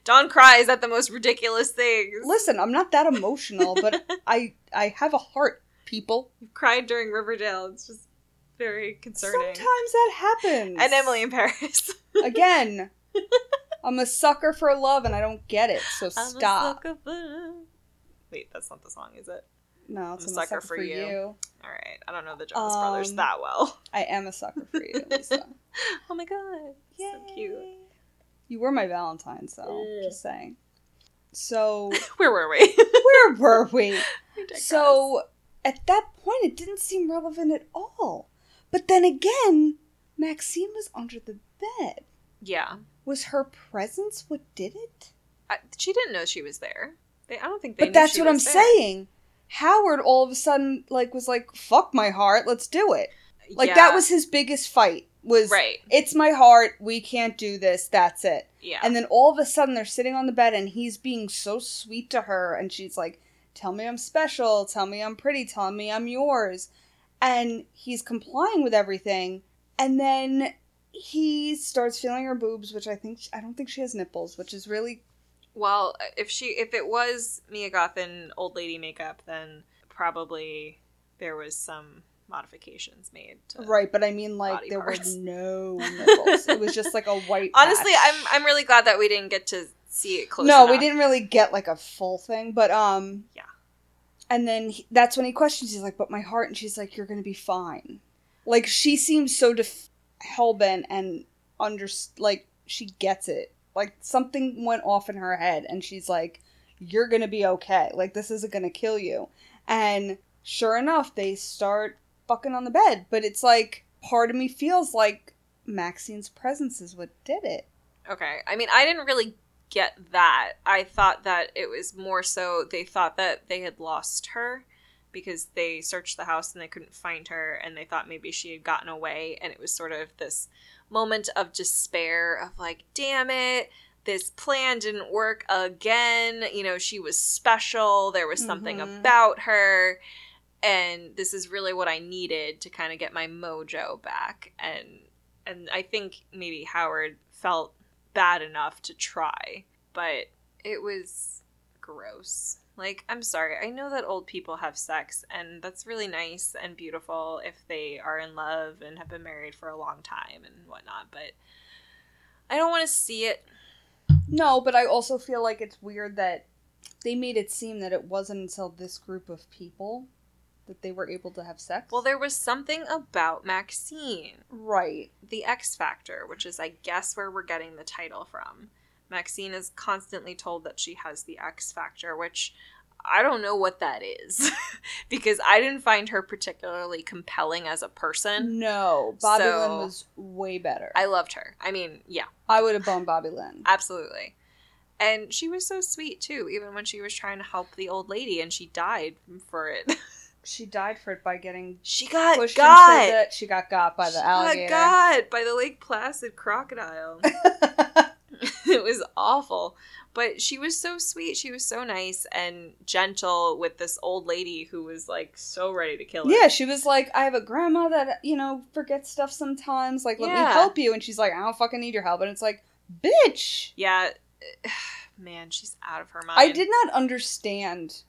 S1: Don cries at the most ridiculous things. [LAUGHS]
S2: Listen, I'm not that emotional, but I I have a heart. people.
S1: You've cried during Riverdale. It's just very concerning.
S2: Sometimes that happens.
S1: And Emily in Paris.
S2: [LAUGHS] Again. I'm a sucker for love and I don't get it, so stop.
S1: [LAUGHS] I'm a sucker for- Wait, that's not the song, is it?
S2: No, it's
S1: I'm
S2: I'm a sucker, for, you.
S1: All right. I don't know the Jonas Brothers
S2: Um,
S1: that well. [LAUGHS]
S2: I am a sucker for [LAUGHS] you. Lisa.
S1: Oh my god. So cute.
S2: Yay. You were my Valentine, so
S1: Ugh.
S2: just saying. So
S1: Where were we?
S2: [LAUGHS] where were we?
S1: [LAUGHS] We digress.
S2: [LAUGHS] So at that point, it didn't seem relevant at all. But then again, Maxine was under the bed.
S1: yeah,
S2: Was her presence what did it?
S1: I, she didn't know she was there. They, I don't think they.
S2: but
S1: knew
S2: that's
S1: she
S2: what I'm
S1: was there.
S2: saying. Howard all of a sudden like was like, "Fuck my heart, let's do it." Like
S1: Yeah,
S2: that was his biggest fight. Was
S1: right.
S2: it's my heart. We can't do this. That's it.
S1: Yeah,
S2: And then all of a sudden they're sitting on the bed and he's being so sweet to her and she's like, Tell me I'm special, tell me I'm pretty, tell me I'm yours. And he's complying with everything. And then he starts feeling her boobs, which I think I don't think she has nipples, which is really
S1: Well, if she if it was Mia Goth in old lady makeup, then probably there was some modifications made. To...
S2: right, but I mean like
S1: Body
S2: there
S1: parts. [LAUGHS]
S2: were no nipples. it was just like a white
S1: Honestly,
S2: patch.
S1: I'm I'm really glad that we didn't get to see it close.
S2: no we
S1: enough.
S2: didn't really get like a full thing but um
S1: Yeah.
S2: and then he, that's when he questions he's like but my heart and she's like you're gonna be fine like she seems so def- hell-bent and under like she gets it like something went off in her head and she's like you're gonna be okay like this isn't gonna kill you and sure enough they start fucking on the bed but it's like part of me feels like maxine's presence is what did it
S1: Okay. I mean, I didn't really get that. I thought that it was more so they thought that they had lost her because they searched the house and they couldn't find her and they thought maybe she had gotten away and it was sort of this moment of despair of like, damn it. This plan didn't work again. You know, she was special. There was something
S2: Mhm.
S1: about her. And this is really what I needed to kind of get my mojo back. And and I think maybe Howard felt bad enough to try, but it was gross. Like, I'm sorry, I know that old people have sex, and that's really nice and beautiful if they are in love and have been married for a long time and whatnot, but I don't want to see it.
S2: No, but I also feel like it's weird that they made it seem that it wasn't until this group of people that they were able to have sex.
S1: Well, there was something about Maxine,
S2: right.
S1: the X Factor, which is, I guess, where we're getting the title from. Maxine is constantly told that she has the X Factor, which I don't know what that is [LAUGHS] because I didn't find her particularly compelling as a person.
S2: No, Bobby
S1: So-
S2: Lynn was way better.
S1: I
S2: I,
S1: loved her. I mean, yeah,
S2: would have boned Bobby Lynn.
S1: absolutely. And she was so sweet too, even when she was trying to help the old lady and she died for it. [LAUGHS]
S2: she died for it by getting
S1: she got
S2: pushed into
S1: got
S2: the. She got got by the
S1: She got
S2: alligator.
S1: got Oh by the Lake Placid
S2: [LAUGHS]
S1: crocodile. [LAUGHS] it was awful. But she was so sweet. She was so nice and gentle with this old lady who was like so ready to kill her.
S2: yeah, she was like, I have a grandma that you know forgets stuff sometimes. Like, let
S1: Yeah.
S2: me help you, and she's like, I don't fucking need your help. And it's like, bitch,
S1: Yeah. [SIGHS] Man, she's out of her mind.
S2: I did not understand.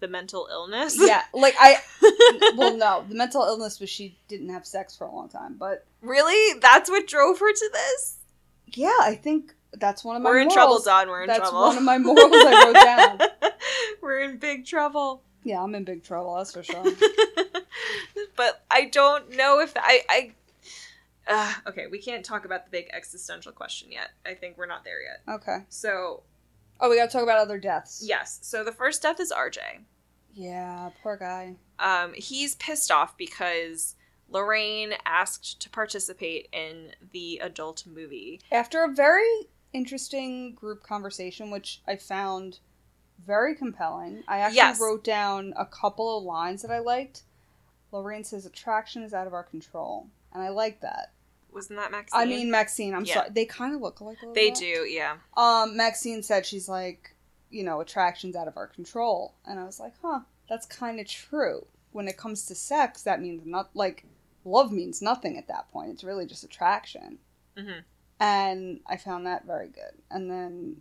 S1: the mental illness.
S2: yeah, like I well, no, the mental illness was she didn't have sex for a long time. But
S1: [LAUGHS] really? That's what drove her to this?
S2: yeah, I think that's one of my.
S1: We're in
S2: morals.
S1: trouble, Don. We're in
S2: that's
S1: trouble.
S2: one of my morals I
S1: [LAUGHS]
S2: wrote down.
S1: We're in big trouble.
S2: Yeah, I'm in big trouble. That's for sure.
S1: [LAUGHS] but I don't know if I. I uh, okay, we can't talk about the big existential question yet. I think we're not there yet.
S2: Okay.
S1: So
S2: Oh, we gotta talk about other deaths.
S1: yes, so the first death is RJ.
S2: Yeah, poor guy.
S1: Um, he's pissed off because Lorraine asked to participate in the adult movie.
S2: After a very interesting group conversation, which I found very compelling, I actually
S1: Yes.
S2: wrote down a couple of lines that I liked. Lorraine says attraction is out of our control, and I like that.
S1: Wasn't that Maxine?
S2: I mean, Maxine, I'm
S1: Yeah.
S2: sorry, they kind of look alike. a little
S1: they
S2: bit.
S1: do. Yeah,
S2: um, Maxine said she's like, you know, attraction's out of our control. And I was like, huh, that's kind of true. When it comes to sex, that means not like love means nothing at that point. It's really just attraction.
S1: Mhm.
S2: And I found that very good. And then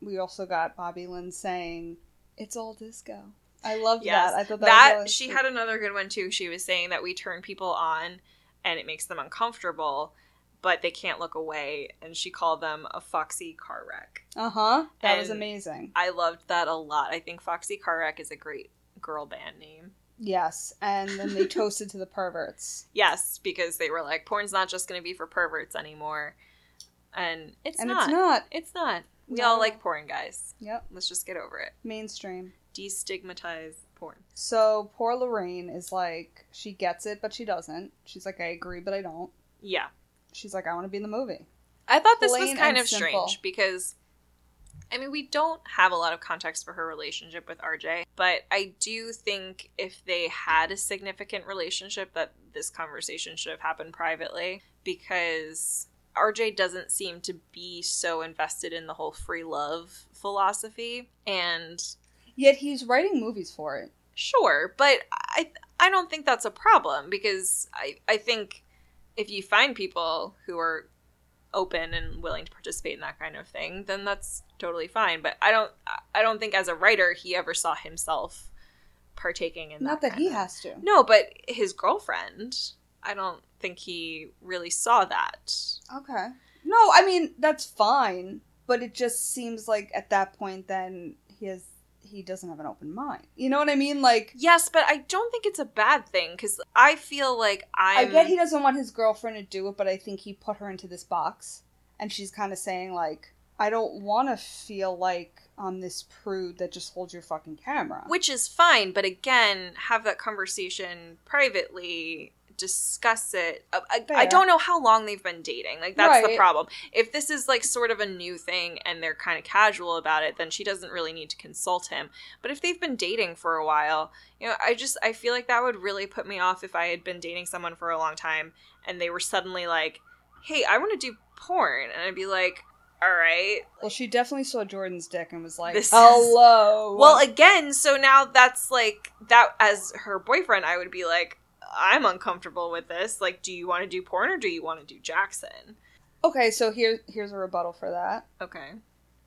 S2: we also got Bobby Lynn saying, it's all disco. I loved
S1: Yes.
S2: that. I thought that,
S1: that
S2: was
S1: she had another good one too. She was saying that we turn people on and it makes them uncomfortable, but they can't look away. And she called them a foxy car wreck.
S2: Uh huh. That was
S1: and-
S2: amazing.
S1: I loved that a lot. I think Foxy Car Wreck is a great girl band name.
S2: Yes, and then
S1: [LAUGHS]
S2: they toasted to the perverts,
S1: Yes, because they were like, porn's not just going to be for perverts anymore. And it's
S2: and
S1: not.
S2: it's not.
S1: It's not. We
S2: No.
S1: all like porn, guys.
S2: Yep,
S1: Let's just get over it.
S2: mainstream.
S1: Destigmatize porn.
S2: So poor Lorraine is like, she gets it, but she doesn't. She's like, I agree, but I don't.
S1: Yeah.
S2: She's like, I want to be in the movie.
S1: I thought this
S2: Plain
S1: was kind
S2: and
S1: of
S2: simple.
S1: strange because, I mean, we don't have a lot of context for her relationship with RJ, but I do think if they had a significant relationship, that this conversation should have happened privately because RJ doesn't seem to be so invested in the whole free love philosophy. And
S2: Yet he's writing movies for it.
S1: sure, but I I don't think that's a problem because I I think if you find people who are open and willing to participate in that kind of thing, then that's totally fine. But I don't I don't think as a writer he ever saw himself partaking in
S2: Not
S1: that.
S2: that he
S1: kind of-
S2: has to.
S1: No, but his girlfriend. I don't think he really saw that.
S2: Okay. No, I mean that's fine, but it just seems like at that point, then he has he doesn't have an open mind. You know what I mean? Like
S1: Yes, but I don't think it's a bad thing because I feel like
S2: i
S1: I'm.
S2: get he doesn't want his girlfriend to do it, but I think he put her into this box, and she's kind of saying like, I don't want to feel like I'm this prude that just holds your fucking camera.
S1: which is fine but again have that conversation privately discuss it Uh, I, I
S2: Fair.
S1: don't know how long they've been dating like that's the
S2: Right.
S1: problem if this is like sort of a new thing and they're kind of casual about it then she doesn't really need to consult him but if they've been dating for a while you know i just i feel like that would really put me off if i had been dating someone for a long time and they were suddenly like hey i want to do porn and i'd be like all right
S2: well, she definitely saw Jordan's dick and was like,
S1: This is-
S2: hello.
S1: Well, again, so now that's like that as her boyfriend, I would be like, I'm uncomfortable with this. Like, do you want to do porn or do you want to do Jackson?
S2: okay, so here here's a rebuttal for that.
S1: Okay.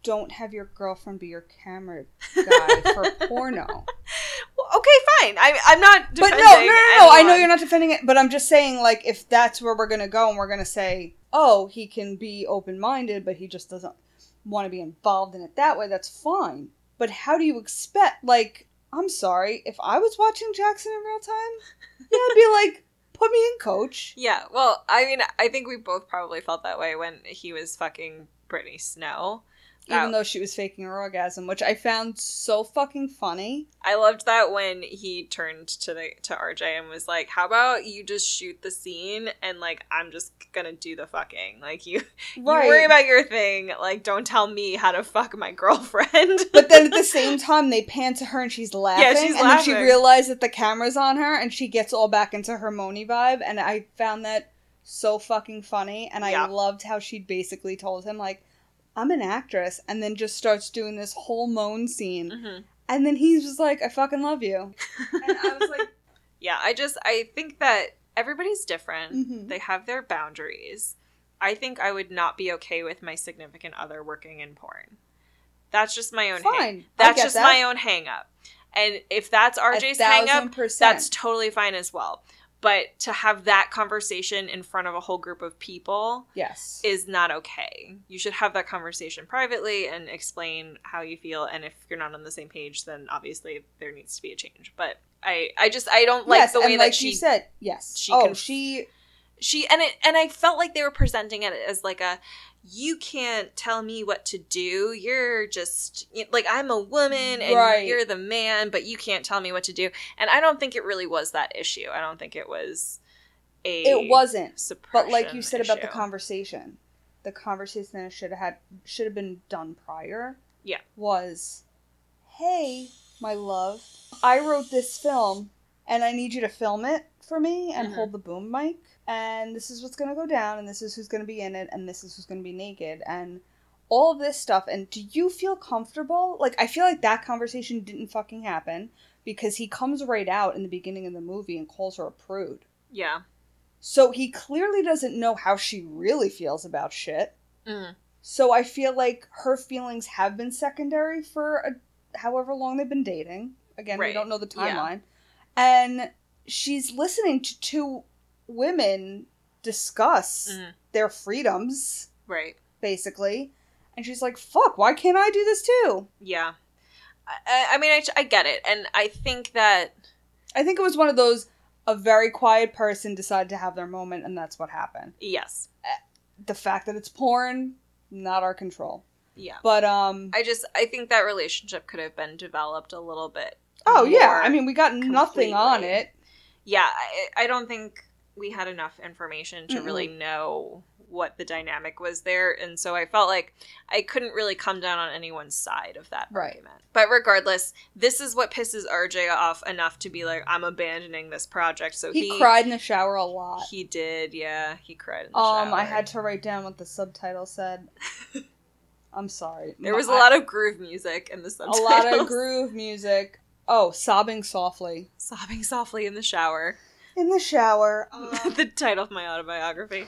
S2: Don't have your girlfriend be your
S1: [LAUGHS]
S2: camera guy for porno.
S1: Well, okay, fine. I, I'm not
S2: But no,
S1: defending.
S2: no, no, no. I know
S1: anyone.
S2: you're not defending it, but I'm just saying, like, if that's where we're gonna go, and we're gonna say, oh, he can be open minded, but he just doesn't want to be involved in it that way. That's fine. But how do you expect? Like, I'm sorry, if I was watching Jackson in
S1: [LAUGHS]
S2: real time, yeah, I'd be like, put me in, coach.
S1: Yeah. Well, I mean, I think we both probably felt that way when he was fucking Brittany Snow. Oh.
S2: Even though she was faking her orgasm, which I found so fucking funny.
S1: I loved that when he turned to the to RJ and was like, "How about you just shoot the scene and like I'm just gonna do the fucking like you
S2: Right.
S1: You worry about your thing. Like, don't tell me how to fuck my girlfriend.
S2: [LAUGHS] but
S1: [LAUGHS]
S2: then at the same time, they pan to her and she's laughing.
S1: she's
S2: and then she
S1: laughing.
S2: realizes that the camera's on her and she gets all back into her Moni vibe. And I found that so fucking funny. And I
S1: Yeah.
S2: loved how she basically told him, like, I'm an actress. And then just starts doing this whole moan scene.
S1: Mhm.
S2: And then he's just like, I fucking
S1: [LAUGHS]
S2: love you. And I was like,
S1: Yeah, I just I think that everybody's different.
S2: Mhm.
S1: They have their boundaries. I think I would not be okay with my significant other working in porn. That's just my own. Hang-
S2: fine. I
S1: that's
S2: get
S1: just
S2: that.
S1: my own hang up. And if that's RJ's
S2: A
S1: hang up,
S2: thousand percent.
S1: that's totally fine as well. But to have that conversation in front of a whole group of people
S2: yes.
S1: is not okay. You should have that conversation privately and explain how you feel. And if you're not on the same page, then obviously there needs to be a change. But I, I just, I don't like
S2: yes,
S1: the way
S2: and
S1: that
S2: like
S1: she,
S2: you said, yes.
S1: she
S2: oh,
S1: conf-
S2: she
S1: she, and it, and I felt like they were presenting it as like a, you can't tell me what to do. You're just you- like I'm a woman and
S2: Right.
S1: you're the man, but you can't tell me what to do. And I don't think it really was that issue. I don't think it was a
S2: it wasn't.
S1: suppression
S2: But like you said about the
S1: issue.
S2: conversation, the conversation that should have had should have been done prior.
S1: Yeah.
S2: Was, hey, my love, I wrote this film, and I need you to film it for me and
S1: Mhm.
S2: hold the boom mic. And this is what's gonna go down, and this is who's gonna be in it, and this is who's gonna be naked, and all of this stuff. And do you feel comfortable? Like I feel like that conversation didn't fucking happen because he comes right out in the beginning of the movie and calls her a prude.
S1: yeah.
S2: So he clearly doesn't know how she really feels about shit.
S1: Mm.
S2: So I feel like her feelings have been secondary for a, however long they've been dating, Again, we
S1: Right.
S2: don't know the
S1: Yeah.
S2: timeline. And she's listening to two women discuss
S1: Mhm.
S2: their freedoms,
S1: Right.
S2: basically. And she's like, fuck, why can't I do this too?
S1: Yeah. I- I, I mean, I, I get it. And I think that,
S2: I think it was one of those a very quiet person decided to have their moment, and that's what happened.
S1: yes.
S2: The fact that it's porn, not our control.
S1: Yeah.
S2: But, um,
S1: I just, I think that relationship could have been developed a little bit.
S2: oh, yeah.
S1: more.
S2: I mean, we got nothing on
S1: completely.
S2: it.
S1: yeah, I, I don't think we had enough information to
S2: Mm-mm.
S1: really know what the dynamic was there. And so I felt like I couldn't really come down on anyone's side of that
S2: Right.
S1: argument. But regardless, this is what pisses RJ off enough to be like, I'm abandoning this project. So
S2: He,
S1: he,
S2: cried in the shower a lot.
S1: He did, yeah. He cried in the
S2: Um, I
S1: shower.
S2: had to write down what the
S1: [LAUGHS]
S2: subtitle said. I'm sorry.
S1: There was a lot of groove music in the
S2: a
S1: subtitles.
S2: lot of groove music. Oh, sobbing softly
S1: [LAUGHS] Sobbing softly in the shower.
S2: in the shower. Um,
S1: [LAUGHS] the title of my
S2: [LAUGHS]
S1: autobiography.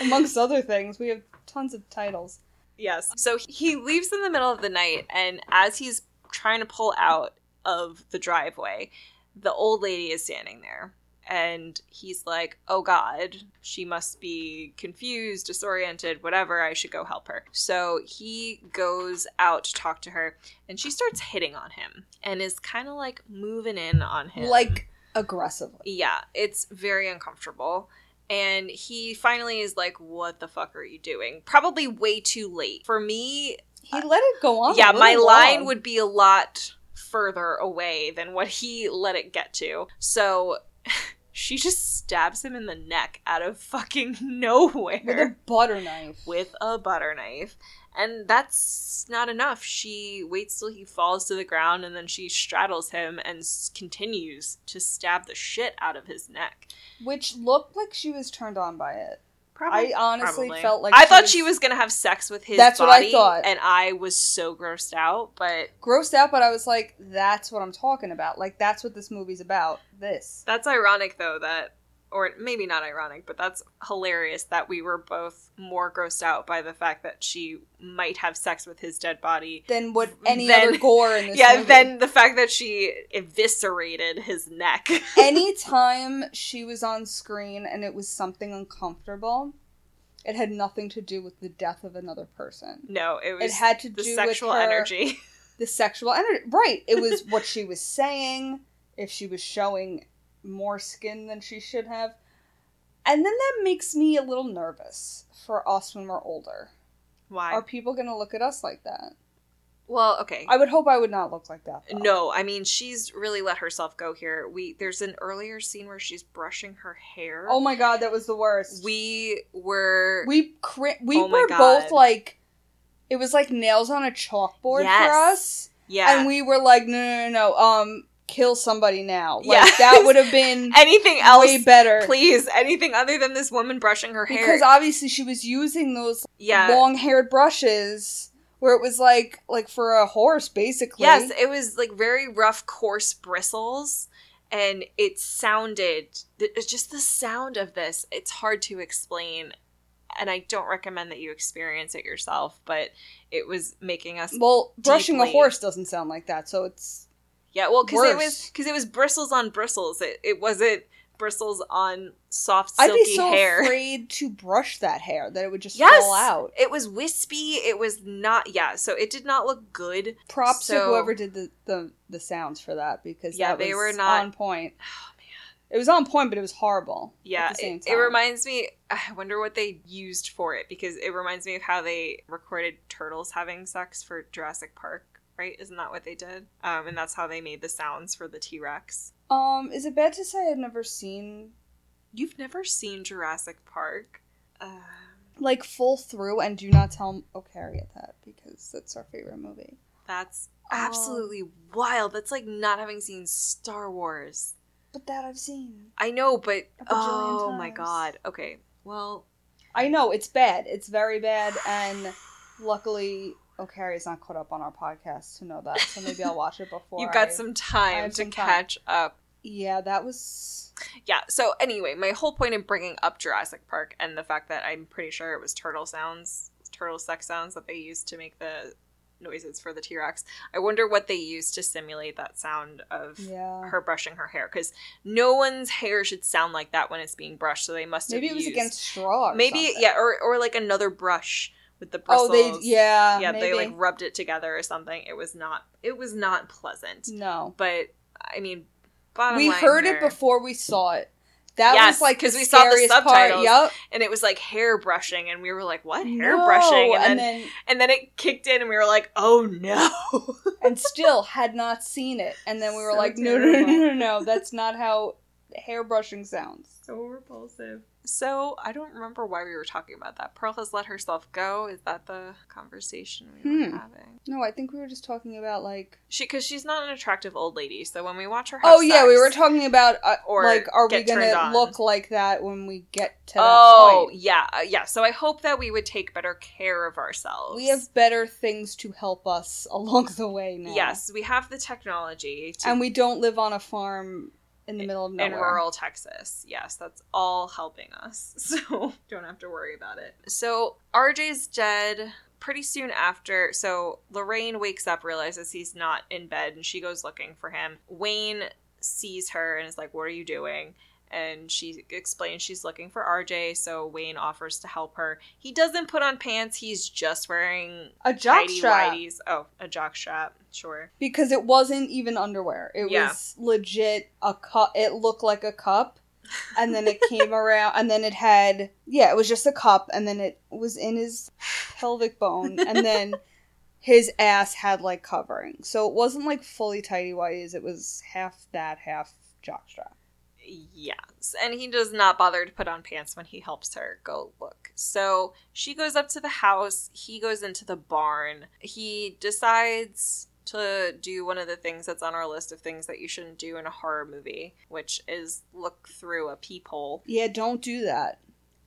S2: amongst other things, we have tons of titles.
S1: Yes. So he leaves in the middle of the night, and as he's trying to pull out of the driveway, the old lady is standing there. And he's like, oh God, she must be confused, disoriented, whatever. I should go help her. So he goes out to talk to her, and she starts hitting on him and is kind of like moving in on him.
S2: Like aggressively.
S1: Yeah, it's very uncomfortable. And he finally is like, What the fuck are you doing? Probably way too late. For me,
S2: He let it go on. a
S1: yeah,
S2: little
S1: my line
S2: long.
S1: would be a lot further away than what he let it get to. So [LAUGHS] she just stabs him in the neck out of fucking [LAUGHS] nowhere
S2: with a butter knife.
S1: with a butter knife. And that's not enough. She waits till he falls to the ground and then she straddles him and s- continues to stab the shit out of his neck.
S2: which looked like she was turned on by it.
S1: Probably.
S2: I honestly
S1: Probably.
S2: felt like
S1: I thought she was gonna have sex with his.
S2: That's what I
S1: body,
S2: thought.
S1: and I was so grossed out. But
S2: grossed out, but I was like, "That's what I'm talking about. Like that's what this movie's about. This."
S1: that's ironic, though that, or maybe not ironic, but that's hilarious that we were both more grossed out by the fact that she might have sex with his dead body.
S2: Than what any
S1: Then- [LAUGHS]
S2: other gore in this
S1: yeah,
S2: movie.
S1: then [LAUGHS] the fact that she eviscerated his neck.
S2: anytime she was on screen and it was something uncomfortable, it had nothing to do with the death of another person.
S1: [LAUGHS] no, it
S2: It
S1: was
S2: had to
S1: the
S2: do
S1: sexual
S2: with her,
S1: energy. [LAUGHS]
S2: The sexual energy, right? It was what she was saying. If she was showing more skin than she should have, and then that makes me a little nervous for us when we're older.
S1: Why?
S2: Are people going to look at us like that?
S1: well, okay.
S2: I would hope I would not look like that. though.
S1: No, I mean she's really let herself go here. We there's an earlier scene where she's brushing her hair.
S2: Oh my god, that was the worst.
S1: we were
S2: we cri- we
S1: Oh my
S2: were
S1: God.
S2: both like it was like nails on a chalkboard for
S1: Yes.
S2: us
S1: yeah
S2: and we were like no no no no um kill somebody now like
S1: Yeah. [LAUGHS]
S2: that would have been
S1: anything else
S2: way better
S1: please anything other than this woman brushing her hair
S2: because obviously she was using those
S1: yeah
S2: long-haired brushes where it was like like for a horse basically
S1: yes it was like very rough coarse bristles and it sounded th- it's just the sound of this it's hard to explain and I don't recommend that you experience it yourself but it was making us
S2: well brushing a
S1: Deeply.
S2: horse doesn't sound like that so it's
S1: Yeah, well, because it
S2: Worse.
S1: was because it was bristles on bristles. It, it wasn't bristles on soft
S2: i'd
S1: silky
S2: be so
S1: hair. [LAUGHS]
S2: afraid to brush that hair that it would just
S1: Yes!
S2: fall out
S1: It was wispy. It was not. Yeah, so it did not look good.
S2: props to
S1: So-
S2: whoever did the, the the sounds for that because
S1: Yeah,
S2: that
S1: they
S2: was
S1: were not- Oh,
S2: on point. It was on point, but it was horrible. at
S1: Yeah,
S2: the same
S1: it, it
S2: time.
S1: reminds me. [SIGHS] I wonder what they used for it because it reminds me of how they recorded turtles having sex for Jurassic Park. Right? Isn't that what they did? Um, and that's how they made the sounds for the T Rex.
S2: Um, is it bad to say I've never seen
S1: You've never seen Jurassic Park. Uh,
S2: like full through? And do not tell okay I get that because that's our favorite movie.
S1: That's
S2: Um,
S1: absolutely wild. That's like not having seen Star Wars.
S2: But that I've seen.
S1: I know, but
S2: A bajillion
S1: oh my
S2: times.
S1: god. Okay. Well,
S2: I know it's bad. It's very bad, and luckily, O'Carrie is not caught up on our podcast to know that. So maybe I'll watch it
S1: [LAUGHS]
S2: before.
S1: you've got
S2: I-
S1: some
S2: I
S1: time
S2: have
S1: to
S2: some time.
S1: catch up.
S2: Yeah, that was.
S1: Yeah. So anyway, my whole point in bringing up Jurassic Park and the fact that I'm pretty sure it was turtle sounds, turtle sex sounds that they used to make the noises for the T Rex. I wonder what they used to simulate that sound of
S2: Yeah.
S1: her brushing her hair because no one's hair should sound like that when it's being brushed. So they must have
S2: Maybe it was
S1: used-
S2: against straw. Or
S1: maybe
S2: something.
S1: yeah, or or like another brush with the bristles.
S2: Oh, they yeah.
S1: yeah they
S2: maybe.
S1: like rubbed it together or something. It was not it was not pleasant,
S2: no.
S1: but I mean, bottom
S2: Mm. We
S1: line
S2: heard it
S1: there-
S2: before we saw it. That
S1: Yes,
S2: was like
S1: 'cause
S2: because
S1: we saw the subtitles.
S2: Yep.
S1: and it was like hair brushing, and we were like, what hair
S2: No,
S1: brushing? And,
S2: and
S1: then
S2: then
S1: and then it kicked in, and we were like, oh no. [LAUGHS]
S2: and still had not seen it. And then we were
S1: So
S2: like, no, no, no,
S1: terrible.
S2: no, no, no, that's not how hair brushing sounds.
S1: So repulsive. So I don't remember why we were talking about that. Pearl has let herself go. Is that the conversation we were
S2: Hmm.
S1: having?
S2: No, I think we were just talking about like.
S1: She because she's not an attractive old lady. So when we watch her, have
S2: Oh yeah, we were
S1: sex-
S2: talking about uh,
S1: Or
S2: like, are we
S1: get turned
S2: gonna
S1: on.
S2: look like that when we get to that
S1: Oh
S2: point?
S1: yeah, uh, yeah. So I hope that we would take better care of ourselves.
S2: We have better things to help us [LAUGHS] along the way now.
S1: yes, we have the technology to,
S2: and we don't live on a farm in the middle of nowhere.
S1: in rural Texas. Yes, that's all helping us. [LAUGHS] So don't have to worry about it. So RJ's dead pretty soon after. So Lorraine wakes up, realizes he's not in bed, and she goes looking for him. Wayne sees her and is like, What are you doing? And she explains she's looking for RJ, so Wayne offers to help her. He doesn't put on pants, he's just wearing
S2: A
S1: tidy
S2: jockstrap
S1: whities. Oh, a jockstrap, sure.
S2: because it wasn't even underwear. It
S1: Yeah.
S2: was legit a cup. It looked like a cup, and then it
S1: [LAUGHS]
S2: came around, and then it had yeah, it was just a cup, and then it was in his pelvic bone,
S1: [LAUGHS]
S2: and then his ass had like covering, so it wasn't like fully tidy whities. It was half that, half jockstrap.
S1: Yes, and he does not bother to put on pants when he helps her go look. So she goes up to the house, he goes into the barn. He decides to do one of the things that's on our list of things that you shouldn't do in a horror movie, which is look through a peephole.
S2: Yeah, don't do that.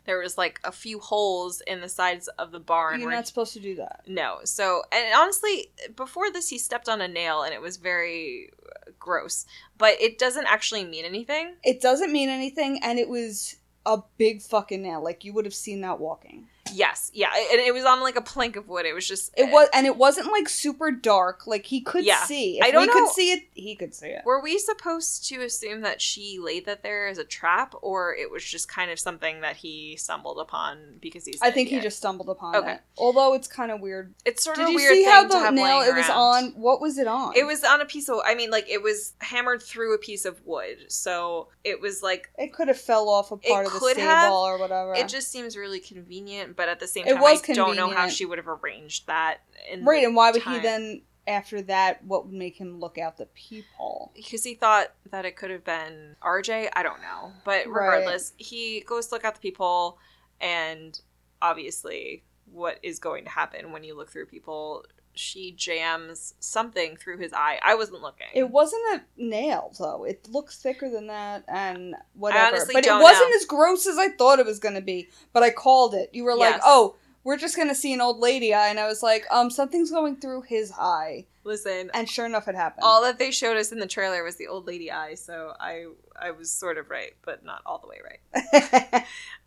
S1: There was like a few holes in the sides of the barn
S2: You're
S1: where
S2: not supposed to do that.
S1: no. So, and honestly, before this, he stepped on a nail and it was very gross, but it doesn't actually mean anything.
S2: It doesn't mean anything, and it was a big fucking nail. Like you would have seen that walking.
S1: Yes, yeah, and it was on like a plank of wood. It was just eh,
S2: It was, and it wasn't like super dark. Like he could
S1: Yeah.
S2: see. If
S1: I don't
S2: we
S1: know-
S2: could see it, he could see it.
S1: Were we supposed to assume that she laid that there as a trap, or it was just kind of something that he stumbled upon because he's? an
S2: I think he
S1: idiot?
S2: just stumbled upon
S1: Okay.
S2: it. Although it's kind of weird.
S1: It's sort
S2: Did
S1: of a
S2: you
S1: weird
S2: see
S1: thing
S2: how
S1: to
S2: the
S1: have
S2: nail
S1: laying
S2: it was on?
S1: around.
S2: What was it on?
S1: It was on a piece of. I mean, like it was hammered through a piece of wood, so it was like
S2: It could have fell off a part of the
S1: could
S2: stable
S1: have.
S2: or whatever.
S1: it just seems really convenient. But at the same
S2: It
S1: time,
S2: was
S1: I don't know how
S2: convenient.
S1: she would have arranged that. In
S2: right,
S1: the
S2: and why would he
S1: time.
S2: then? After that, what would make him look out the peephole?
S1: because he thought that it could have been RJ. I don't know. But
S2: Right.
S1: regardless, he goes to look out the peephole, and obviously, what is going to happen when you look through people? She jams something through his eye. I wasn't looking.
S2: It wasn't a nail, though. It looks thicker than that, and
S1: I
S2: whatever.
S1: honestly
S2: But it
S1: don't
S2: wasn't
S1: know.
S2: as gross as I thought it was going to be. But I called it. You were like,
S1: Yes.
S2: "Oh, we're just going to see an old lady eye," and I was like, "Um, something's going through his eye."
S1: Listen,
S2: And sure enough, it happened.
S1: all that they showed us in the trailer was the old lady eye, so I I was sort of right, but not all the way right.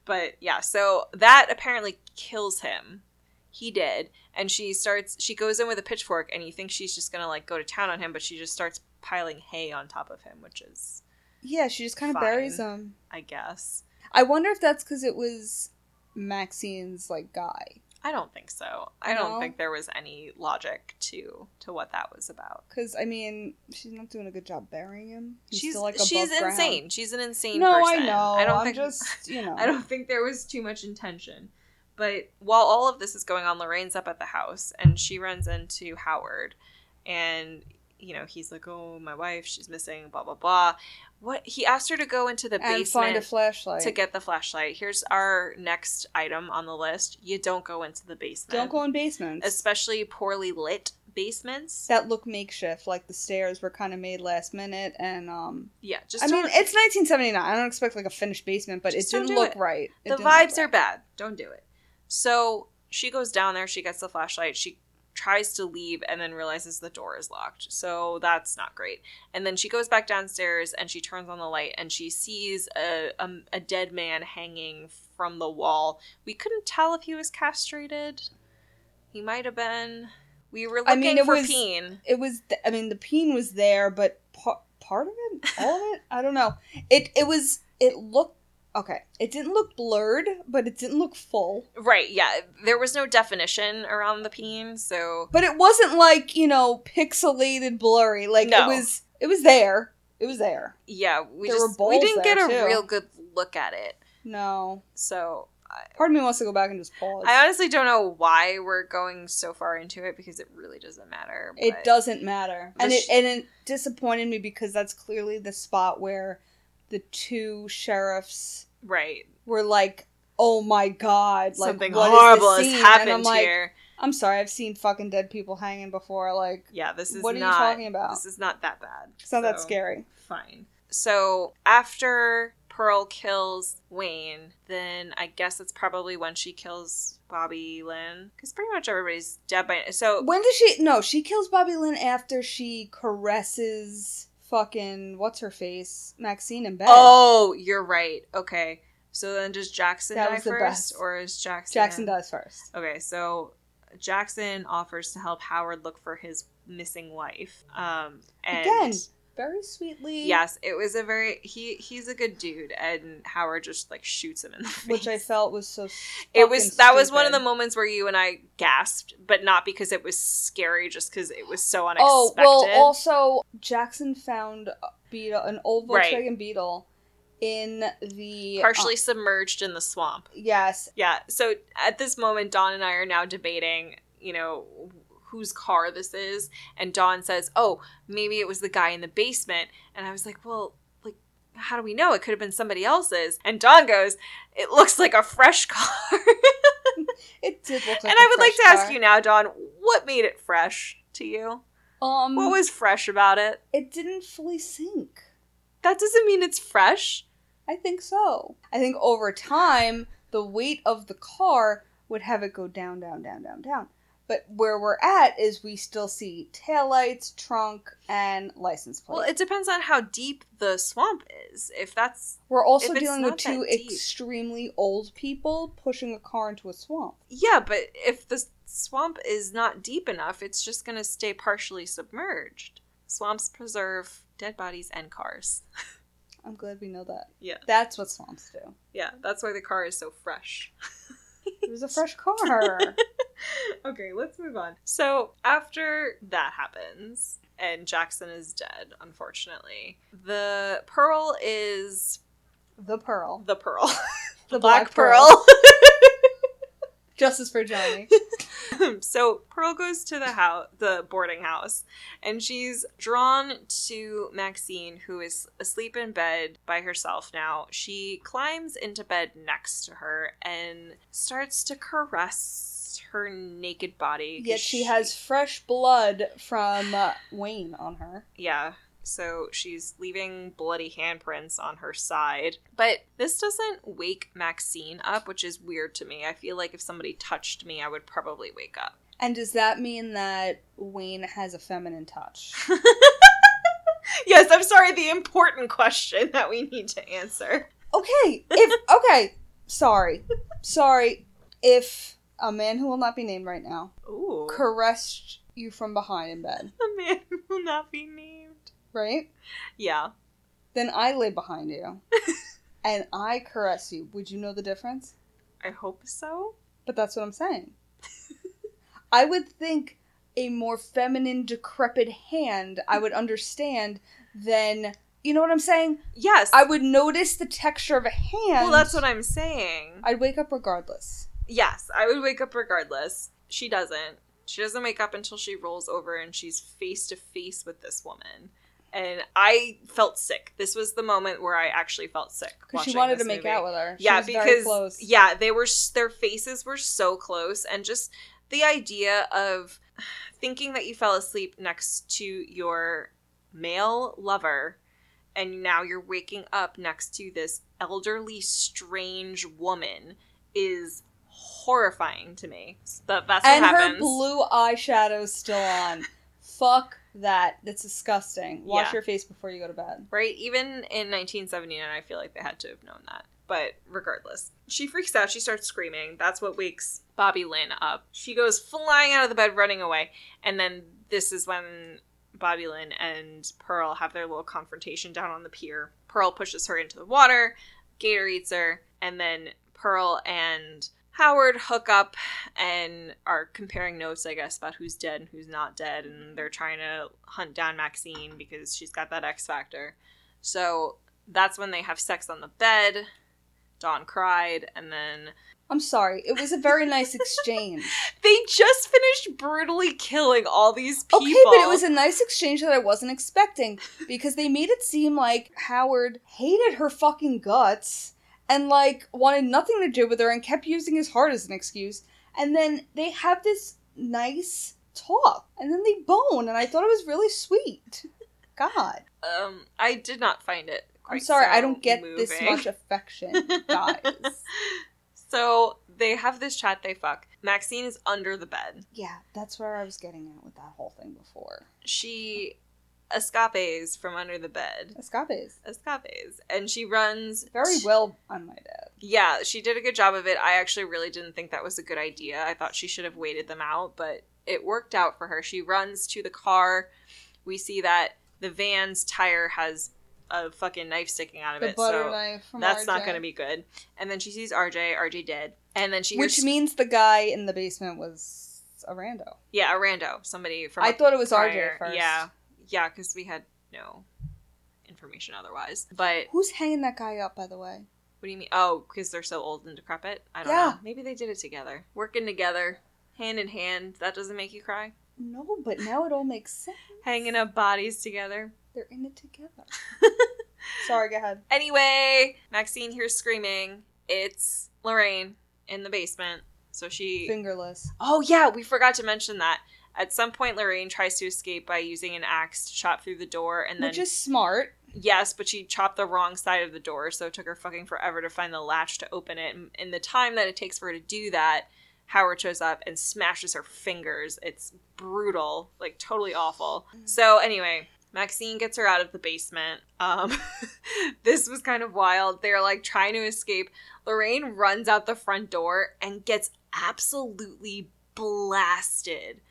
S1: But yeah, so that apparently kills him. He did. And she starts, she goes in with a pitchfork, and you think she's just gonna like go to town on him, but she just starts piling hay on top of him, which is,
S2: [LAUGHS] yeah, she just kind of
S1: Fine.
S2: buries him.
S1: I guess.
S2: I wonder if that's because it was Maxine's like guy.
S1: I don't think so. I
S2: No?
S1: don't think there was any logic to to what that was about.
S2: Because I mean, she's not doing a good job burying him. He's
S1: she's
S2: still, like
S1: she's
S2: above ground.
S1: insane. She's an insane
S2: No,
S1: person.
S2: I know. I
S1: I don't
S2: am
S1: think
S2: just you know.
S1: I don't think there was too much intention. But while all of this is going on, Lorraine's up at the house and she runs into Howard. And, you know, he's like, oh, my wife, she's missing, blah, blah, blah. What? He asked her to go into the
S2: and find a
S1: basement
S2: flashlight.
S1: to get the flashlight. Here's our next item on the list. You don't go into the basement.
S2: Don't go in basements.
S1: Especially poorly lit basements.
S2: that look makeshift like the stairs were kind of made last minute and um
S1: Yeah, just
S2: i mean
S1: don't-
S2: it's 1979 i don't expect like a finished basement but
S1: Just
S2: it
S1: don't
S2: didn't
S1: do
S2: look
S1: it.
S2: right It
S1: the
S2: didn't look
S1: vibes
S2: right.
S1: are bad. Don't do it. So she goes down there, she gets the flashlight, she tries to leave and then realizes the door is locked. So that's not great. And then she goes back downstairs and she turns on the light and she sees a, a, a dead man hanging from the wall. We couldn't tell if he was castrated. He might have been. We were looking
S2: I mean, it
S1: for
S2: was-
S1: peen.
S2: it was th- i mean the peen was there but par- part of it all of it i don't know it it was it looked okay it didn't look blurred but it didn't look full
S1: Right, yeah. There was no definition around the peen, so
S2: but it wasn't like you know pixelated blurry like
S1: No.
S2: it was it was there it was there
S1: yeah, we
S2: There were
S1: just we
S2: bowls
S1: didn't get
S2: there,
S1: a
S2: too.
S1: real good look at it.
S2: no
S1: So
S2: part of me wants to go back and just pause
S1: I honestly don't know why we're going so far into it because it really doesn't matter.
S2: it
S1: but-
S2: doesn't matter and
S1: The
S2: it
S1: sh-
S2: and it disappointed me because that's clearly the spot where the two sheriffs
S1: Right.
S2: were like oh my god like
S1: Something
S2: what is this
S1: horrible has
S2: scene? And I'm
S1: happened
S2: like,
S1: here.
S2: I'm sorry, I've seen fucking dead people hanging before. Like,
S1: Yeah, this is
S2: what are
S1: not
S2: you talking about?
S1: this is not that bad.
S2: It's not that
S1: So,
S2: scary.
S1: Fine. So after Pearl kills Wayne, then I guess it's probably when she kills Bobby Lynn because pretty much everybody's dead by so
S2: When does she? No, she kills Bobby Lynn after she caresses fucking what's her face, Maxine in bed.
S1: Oh, you're right. Okay. So then does Jackson
S2: That
S1: die
S2: was the
S1: first?
S2: best.
S1: Or is Jackson
S2: Jackson dies first.
S1: Okay, so Jackson offers to help Howard look for his missing wife. Um and
S2: Again, very sweetly.
S1: Yes, it was a very he he's a good dude and Howard just like shoots him in the face.
S2: which I felt was so.
S1: it was that was one of the
S2: stupid.
S1: moments where you and I gasped, but not because it was scary, just because it was so unexpected.
S2: Oh well, also Jackson found a beetle, an old
S1: Right.
S2: Volkswagen Beetle, in the
S1: partially
S2: uh,
S1: submerged in the swamp.
S2: yes,
S1: Yeah. So at this moment, Dawn and I are now debating, you know, whose car this is. And Dawn says, oh, maybe it was the guy in the basement. And I was like, well, like, how do we know? It could have been somebody else's. And Dawn goes, it looks like a fresh car.
S2: it did look.
S1: [LAUGHS]
S2: Like
S1: and
S2: a
S1: I would like to
S2: fresh
S1: ask
S2: car.
S1: you now, Dawn, what made it fresh to you?
S2: um,
S1: What was fresh about it?
S2: it? Didn't fully sink.
S1: That doesn't mean it's fresh.
S2: I think so. I think over time, the weight of the car would have it go down, down, down, down, down. But where we're at is we still see taillights, trunk, and license plate.
S1: Well, it depends on how deep the swamp is. If that's.
S2: we're also
S1: if it's
S2: dealing with
S1: not that
S2: two
S1: deep.
S2: extremely old people pushing a car into a swamp.
S1: Yeah, but if the swamp is not deep enough, it's just going to stay partially submerged. Swamps preserve dead bodies and cars.
S2: I'm glad we know that.
S1: Yeah.
S2: That's what swamps do.
S1: Yeah, that's why the car is so fresh. [LAUGHS]
S2: It was a fresh car.
S1: okay, let's move on. So, after that happens and Jackson is dead, unfortunately, the pearl is
S2: the Pearl.
S1: the pearl. The, black,
S2: Black
S1: pearl.
S2: [LAUGHS] Justice
S1: [LAUGHS]
S2: for Johnny.
S1: so Pearl goes to the house, the boarding house, and she's drawn to Maxine, who is asleep in bed by herself now. She climbs into bed next to her and starts to caress her naked body. 'cause
S2: Yet she has fresh blood from uh, Wayne on her.
S1: yeah. So she's leaving bloody handprints on her side. But this doesn't wake Maxine up, which is weird to me. I feel like if somebody touched me, I would probably wake up.
S2: And does that mean that Wayne has a
S1: [LAUGHS]
S2: feminine touch?
S1: Yes, I'm sorry, the important question that we need to answer.
S2: Okay, if okay, sorry. Sorry. If a man who will not be named right now
S1: Ooh.
S2: caressed you from behind in bed,
S1: the man [LAUGHS] will not be named.
S2: right?
S1: Yeah.
S2: Then I lay
S1: [LAUGHS]
S2: behind you and I caress you. Would you know the difference?
S1: I hope so.
S2: But that's what
S1: [LAUGHS]
S2: I'm saying. I would think a more feminine, decrepit hand I would understand than you know what I'm saying?
S1: Yes.
S2: I would notice the texture of a hand.
S1: well, that's what I'm saying.
S2: I'd wake up regardless.
S1: yes, I would wake up regardless. She doesn't. She doesn't wake up until she rolls over and she's face to face with this woman. And I felt sick. This was the moment where I actually felt sick.
S2: Because she
S1: watching
S2: wanted
S1: this
S2: to make
S1: movie.
S2: out with her. She
S1: yeah
S2: was
S1: because
S2: very close.
S1: yeah they were s- their faces were so close and just the idea of thinking that you fell asleep next to your male lover and now you're waking up next to this elderly strange woman is horrifying to me S- that that's what
S2: and
S1: happens
S2: her blue eyeshadow's still on. Fuck that. That's disgusting. Wash
S1: Yeah.
S2: your face before you go to bed.
S1: right even in 1979 i feel like they had to have known that but regardless. She freaks out. She starts screaming. That's what wakes Bobby Lynn up. She goes flying out of the bed, running away. And then this is when Bobby Lynn and Pearl have their little confrontation down on the pier. Pearl pushes her into the water. Gator eats her. And then Pearl and Howard hook up and are comparing notes, I guess, about who's dead and who's not dead. And they're trying to hunt down Maxine because she's got that X factor. So that's when they have sex on the bed. Dawn cried, and then
S2: I'm sorry. It was a very nice exchange.
S1: they just finished brutally killing all these people.
S2: Okay, but it was a nice exchange that I wasn't expecting because they made it seem like Howard hated her fucking guts and like wanted nothing to do with her and kept using his heart as an excuse. And then they have this nice talk and then they bone and I thought it was really sweet. God.
S1: um, I did not find it. Quite
S2: I'm sorry,
S1: so
S2: I don't get this
S1: moving.
S2: much affection,
S1: [LAUGHS]
S2: guys.
S1: So they have this chat. They fuck. Maxine is under the bed.
S2: yeah, that's where I was getting at with that whole thing before.
S1: She escapes from under the bed.
S2: Escape is
S1: Escapes, and she runs
S2: very
S1: to-
S2: well, I might add.
S1: Yeah, she did a good job of it. I actually really didn't think that was a good idea. I thought she should have waited them out, but it worked out for her. She runs to the car. We see that the van's tire has a fucking knife sticking out of
S2: The
S1: it,
S2: butter
S1: so
S2: knife from
S1: that's not
S2: RJ.
S1: going to be good. And then she sees RJ, RJ dead. And then she hears,
S2: Which means the guy in the basement was a rando.
S1: yeah, a rando, somebody from
S2: I
S1: a
S2: thought it was
S1: prior-
S2: RJ first.
S1: Yeah, yeah, because we had no information otherwise. But
S2: Who's hanging that guy up, by the way?
S1: What do you mean? Oh, because they're so old and decrepit? I don't
S2: Yeah.
S1: know. Maybe they did it together. Working together, hand in hand. That doesn't make you cry?
S2: No, but now it all makes sense.
S1: Hanging up bodies together.
S2: They're in
S1: [LAUGHS]
S2: it together. Sorry, go ahead.
S1: Anyway, Maxine hears screaming. It's Lorraine in the basement. So she.
S2: Fingerless.
S1: Oh, yeah, we forgot to mention that. At some point, Lorraine tries to escape by using an axe to chop through the door, and then.
S2: Which is smart.
S1: Yes, but she chopped the wrong side of the door, so it took her fucking forever to find the latch to open it. And in the time that it takes for her to do that, Howard shows up and smashes her fingers. It's brutal, like totally awful. So anyway, Maxine gets her out of the basement. Um, [LAUGHS] this was kind of wild. They're like trying to escape. Lorraine runs out the front door and gets absolutely blasted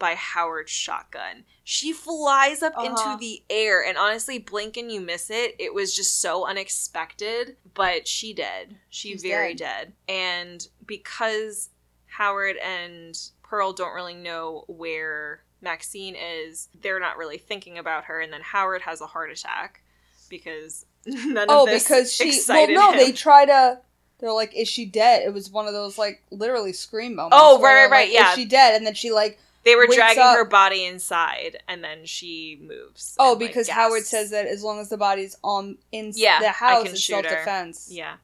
S1: by Howard's shotgun. She flies up
S2: Uh-huh.
S1: into the air, and honestly, blink and you miss it. It was just so unexpected, but she did. She
S2: She's
S1: very dead. And because Howard and Pearl don't really know where Maxine is, they're not really thinking about her. And then Howard has a heart attack because [LAUGHS] none
S2: oh,
S1: of this
S2: because she. Well,
S1: excited
S2: no,
S1: him.
S2: they try to. They're like, is she dead? It was one of those like literally scream moments.
S1: Oh, right,
S2: where they're
S1: right, right,
S2: like,
S1: yeah.
S2: Is she dead? And then she like,
S1: They were
S2: wakes
S1: dragging
S2: up-
S1: her body inside, and then she moves.
S2: oh,
S1: and, like,
S2: because
S1: gasps.
S2: Howard says that as long as the body's on in
S1: Yeah,
S2: the
S1: I
S2: house,
S1: can
S2: it's
S1: shoot her.
S2: self defense.
S1: Yeah,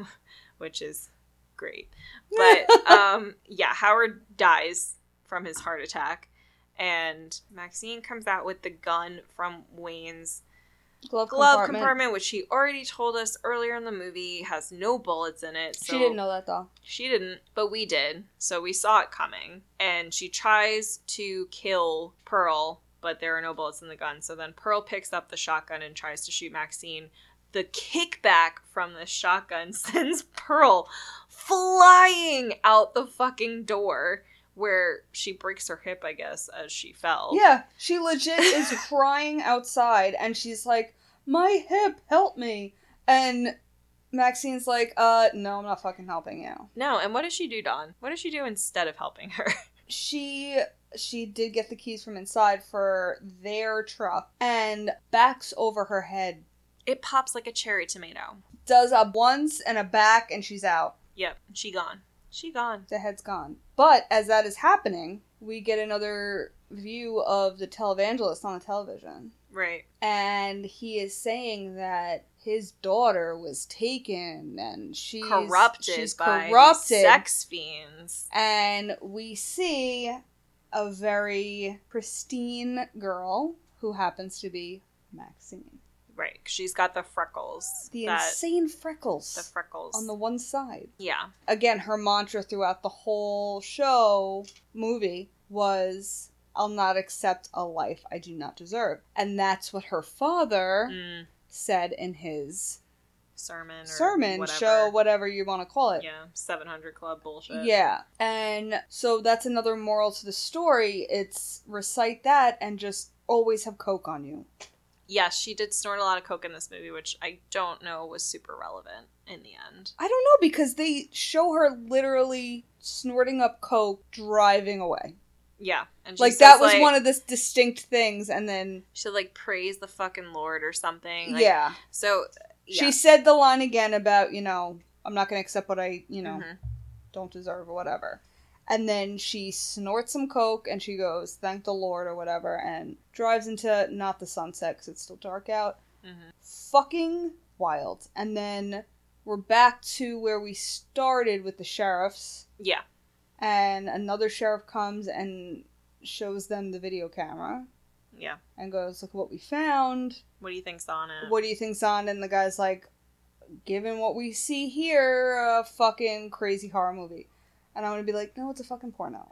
S1: [LAUGHS] which is great. But um, yeah, Howard dies from his heart attack, and Maxine comes out with the gun from Wayne's
S2: [LAUGHS] glove,
S1: glove
S2: compartment.
S1: compartment, which she already told us earlier in the movie has no bullets in it. So
S2: She didn't know that though.
S1: She didn't, but we did. So we saw it coming, and she tries to kill Pearl, but there are no bullets in the gun. So then Pearl picks up the shotgun and tries to shoot Maxine. The kickback from the shotgun [LAUGHS] sends Pearl flying out the fucking door where she breaks her hip, I guess, as she fell.
S2: Yeah, she legit is crying outside, and she's like, "My hip, help me!" And Maxine's like, "Uh, no, I'm not fucking helping you."
S1: No, and what does she do, Dawn? What does she do instead of helping her? [LAUGHS]
S2: She she did get the keys from inside for their truck and backs over her head,
S1: It pops like a cherry tomato.
S2: does a once and a back, and she's out.
S1: Yep, she gone. She gone.
S2: The head's gone. But as that is happening, we get another view of the televangelist on the television.
S1: Right.
S2: and he is saying that his daughter was taken and she's
S1: corrupted
S2: she's
S1: by these
S2: corrupted
S1: sex fiends.
S2: and we see a very pristine girl who happens to be Maxine.
S1: Right. She's got the freckles.
S2: The
S1: that-
S2: insane freckles
S1: the freckles.
S2: on the one side.
S1: yeah.
S2: Again, her mantra throughout the whole show movie was I'll not accept a life I do not deserve. And that's what her father
S1: Mm.
S2: said in his
S1: sermon or
S2: sermon,
S1: whatever.
S2: show, whatever you want to call it.
S1: yeah 700 club bullshit
S2: Yeah. And so that's another moral to the story. It's recite that and just always have Coke on you.
S1: yes she did snort a lot of coke in this movie which i don't know was super relevant in the end
S2: I don't know because they show her literally snorting up Coke driving away.
S1: yeah and she
S2: like
S1: says,
S2: that was one of the distinct things. And then,
S1: she like praise the fucking lord or something like,
S2: yeah.
S1: so yeah.
S2: She said the line again about, you know, I'm not going to accept what I, you know,
S1: Mhm.
S2: don't deserve or whatever. And then she snorts some coke and she goes, thank the Lord or whatever, and drives into not the sunset because it's still dark out.
S1: Mhm.
S2: Fucking wild. And then we're back to where we started with the sheriffs,
S1: yeah
S2: and another sheriff comes and shows them the video camera
S1: yeah
S2: and goes, look what we found.
S1: what do you think's on it
S2: What do you think's on? And the guy's like, given what we see here, a fucking crazy horror movie. And I'm gonna be like, no, it's a fucking porno.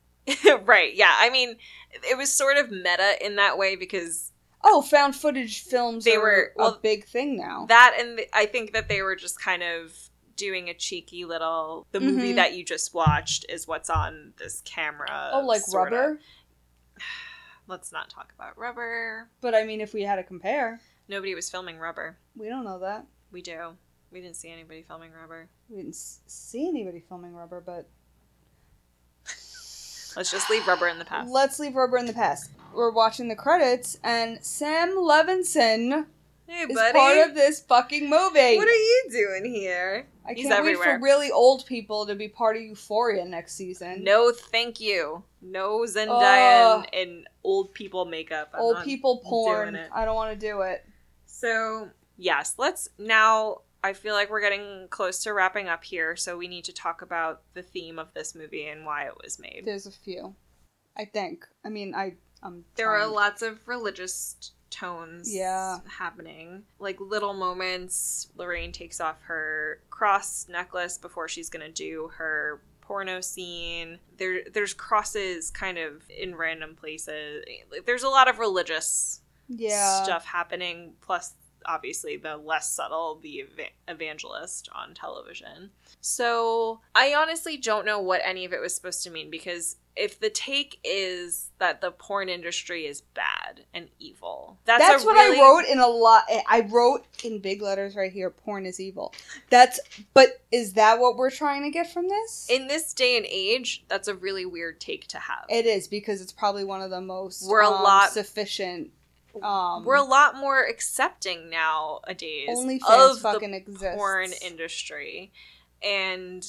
S1: [LAUGHS] right yeah i mean it was sort of meta in that way because
S2: Oh, found footage films
S1: They
S2: are
S1: were-
S2: a
S1: well,
S2: big thing now.
S1: that and the, i think that they were just kind of doing a cheeky little the movie
S2: Mhm.
S1: that you just watched is what's on this camera
S2: oh, like
S1: sorta.
S2: rubber.
S1: let's not talk about rubber
S2: But I mean, if we had to compare,
S1: nobody was filming rubber
S2: we don't know that.
S1: we do we didn't see anybody filming rubber
S2: We didn't s- see anybody filming rubber, but
S1: let's just leave rubber in the past
S2: let's leave rubber in the past. We're watching the credits, and Sam Levinson
S1: hey
S2: is
S1: buddy
S2: part of this fucking movie.
S1: what are you doing here
S2: I
S1: He's
S2: can't
S1: everywhere.
S2: wait for really old people to be part of Euphoria next season.
S1: no thank you no zendaya
S2: Ugh.
S1: and in old people makeup I'm
S2: old
S1: not
S2: people porn.
S1: doing it.
S2: I don't want to do it.
S1: So, yes, let's now. I feel like we're getting close to wrapping up here, so we need to talk about the theme of this movie and why it was made.
S2: There's a few, I think. I mean, I I'm.
S1: There are
S2: trying.
S1: lots of religious tones
S2: Yeah.
S1: happening, like little moments. Lorraine takes off her cross necklace before she's going to do her porno scene. There, there's crosses kind of in random places. Like, There's a lot of religious
S2: Yeah.
S1: stuff happening plus obviously the less subtle the eva- evangelist on television so i honestly don't know what any of it was supposed to mean because if the take is that the porn industry is bad and evil that's,
S2: That's
S1: a
S2: what
S1: really-
S2: I wrote in a lot. I wrote in big letters right here. Porn is evil. That's. But is that what we're trying to get from this?
S1: in this day and age that's a really weird take to have
S2: it is because it's probably one of the most
S1: We're a
S2: um,
S1: lot-
S2: sufficient. Um,
S1: we're a lot more accepting nowadays
S2: only
S1: of
S2: fans
S1: the
S2: fucking exist.
S1: porn industry and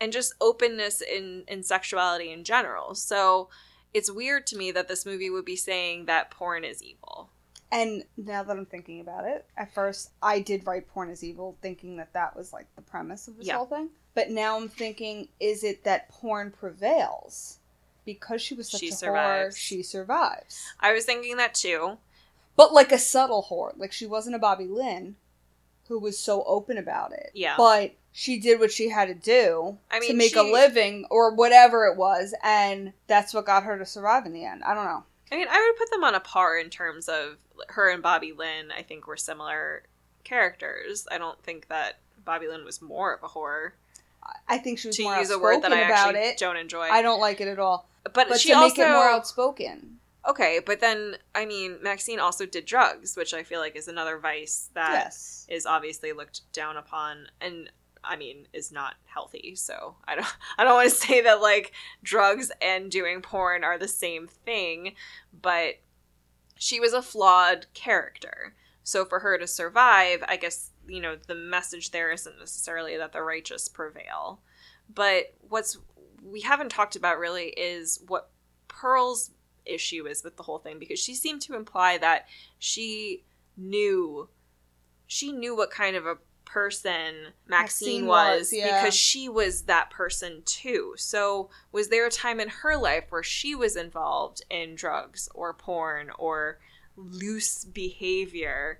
S1: and just openness in in sexuality in general so it's weird to me that this movie would be saying that porn is evil
S2: And now that I'm thinking about it, at first I did write porn is evil, thinking that that was like the premise of this
S1: Yeah.
S2: whole thing. But now I'm thinking, is it that porn prevails? Because she was such
S1: She
S2: a
S1: survives.
S2: whore, she survives.
S1: i was thinking that too
S2: But like a subtle whore. Like she wasn't a Bobby Lynn who was so open about it.
S1: Yeah.
S2: But she did what she had to do
S1: I
S2: to
S1: mean,
S2: make a
S1: she-
S2: living or whatever it was, and that's what got her to survive in the end. I don't know.
S1: i mean i would put them on a par in terms of her and bobby lynn i think were similar characters i don't think that bobby lynn was more of a horror
S2: I- I think she was
S1: to
S2: more
S1: use a
S2: outspoken
S1: word that i
S2: about
S1: actually
S2: it.
S1: don't enjoy
S2: I don't like it at all.
S1: but,
S2: But
S1: she
S2: to
S1: also
S2: make it more outspoken.
S1: okay but then i mean maxine also did drugs which i feel like is another vice that
S2: yes.
S1: is obviously looked down upon and I mean is not healthy. So I don't [LAUGHS] I don't want to say that like drugs and doing porn are the same thing, but she was a flawed character. So for her to survive, I guess, you know, the message there isn't necessarily that the righteous prevail. But what's we haven't talked about really is what Pearl's issue is with the whole thing because she seemed to imply that she knew she knew what kind of a person Maxine,
S2: Maxine
S1: was,
S2: was, yeah.
S1: because she was that person too. So was there a time in her life where she was involved in drugs or porn or loose behavior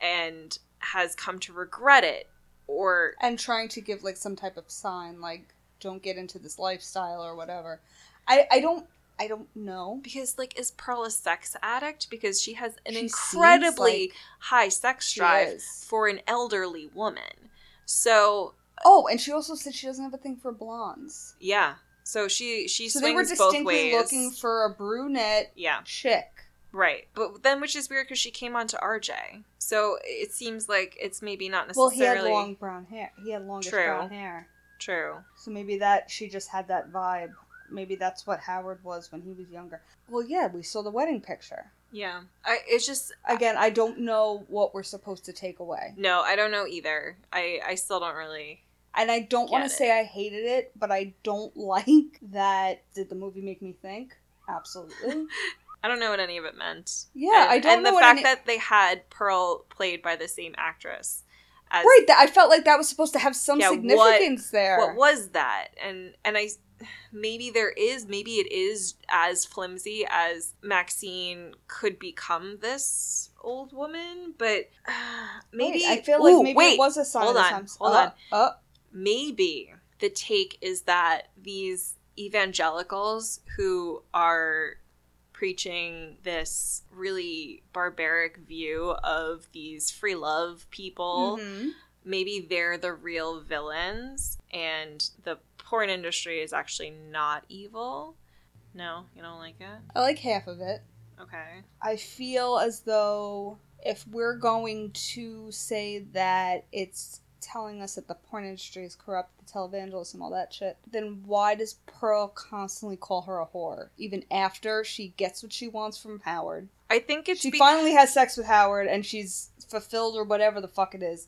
S1: and has come to regret it or
S2: And trying to give like some type of sign, like don't get into this lifestyle or whatever. I I don't I don't know.
S1: Because like, is Pearl a sex addict? Because she has an
S2: She seems
S1: incredibly
S2: like
S1: high sex
S2: she
S1: drive
S2: is.
S1: for an elderly woman. So
S2: Oh, and she also said she doesn't have a thing for blondes.
S1: yeah, so she she
S2: So
S1: swings
S2: they were
S1: both
S2: distinctly
S1: ways.
S2: looking for a brunette
S1: yeah,
S2: chick.
S1: right. But then, which is weird because she came on to RJ, so it seems like it's maybe not
S2: Well, he
S1: necessarily
S2: had long brown hair. He had longish
S1: True.
S2: brown hair.
S1: true.
S2: So maybe that she just had that vibe. Maybe that's what Howard was when he was younger. Well, yeah, we saw the wedding picture.
S1: Yeah, I, it's just
S2: Again, I don't know what we're supposed to take away.
S1: no, I don't know either. I I still don't really.
S2: And I don't want to
S1: Get it.
S2: say I hated it, but I don't [LAUGHS] like that. Did the movie make me think?
S1: [LAUGHS]
S2: Absolutely.
S1: I don't know what any of it meant.
S2: Yeah,
S1: and,
S2: I don't
S1: And
S2: know
S1: the
S2: what
S1: fact
S2: any-
S1: that they had Pearl played by the same actress as
S2: right, that I felt like that was supposed to have some
S1: Yeah, what-
S2: significance there.
S1: what was that? And and I maybe there is maybe it is as flimsy as Maxine could become this old woman, but uh, maybe
S2: Wait, I feel like
S1: Ooh,
S2: maybe
S1: wait,
S2: it was a sign
S1: Hold
S2: of the
S1: on,
S2: times.
S1: hold
S2: Oh,
S1: on.
S2: oh,
S1: maybe the take is that these evangelicals who are preaching this really barbaric view of these free love people
S2: mhm.
S1: maybe they're the real villains and the porn industry is actually not evil no you don't like it
S2: I like half of it.
S1: okay
S2: I feel as though if we're going to say that it's telling us that the porn industry is corrupt, the televangelists and all that shit, then why does Pearl constantly call her a whore? Even after she gets what she wants from Howard.
S1: i think it's
S2: She
S1: be-
S2: finally has sex with Howard and she's fulfilled or whatever the fuck it is.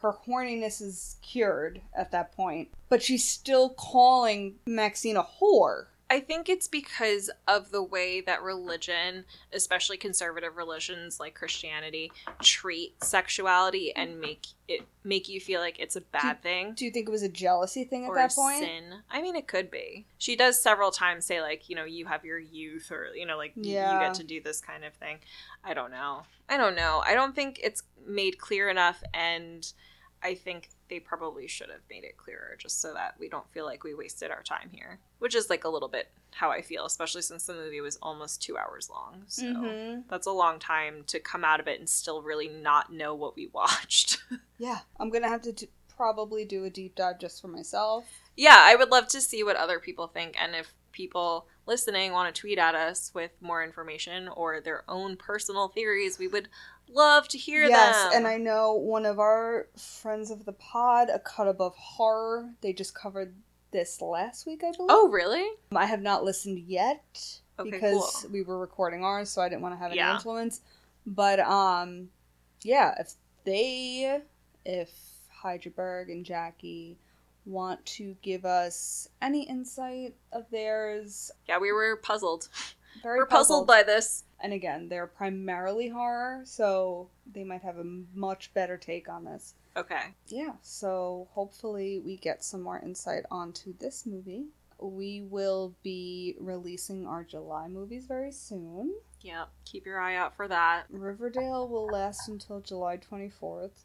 S2: Her horniness is cured at that point. But she's still calling Maxine a whore.
S1: I think it's because of the way that religion, especially conservative religions like Christianity, treat sexuality and make it make you feel like it's a bad thing
S2: Do you think it was a jealousy thing at
S1: or
S2: that point?
S1: sin. I mean, it could be. She does several times say like, you know, you have your youth, or you know, like y- you
S2: Yeah.
S1: get to do this kind of thing. I don't know. I don't know. I don't think it's made clear enough, and I think they probably should have made it clearer just so that we don't feel like we wasted our time here, which is like a little bit how I feel, especially since the movie was almost two hours long. So.
S2: Mhm.
S1: That's a long time to come out of it and still really not know what we [LAUGHS] watched.
S2: Yeah, I'm gonna have to do, probably do a deep dive just for myself.
S1: yeah, I would love to see what other people think and if people listening want to tweet at us with more information or their own personal theories, we would love to hear them.
S2: and I know one of our friends of the pod, a cut above horror. They just covered this last week, I believe.
S1: Oh, really?
S2: I have not listened yet
S1: Okay,
S2: because
S1: cool.
S2: we were recording ours, so I didn't want to have any
S1: Yeah.
S2: influence. But um, yeah, if they, if Heidelberg and Jackie want to give us any insight of theirs,
S1: Yeah, we were puzzled.
S2: very
S1: We're puzzled by this.
S2: And again, they're primarily horror, so they might have a much better take on this.
S1: Okay.
S2: Yeah, so hopefully we get some more insight onto this movie. We will be releasing our July movies very soon.
S1: Yeah, keep your eye out for that.
S2: Riverdale will last until July 24th.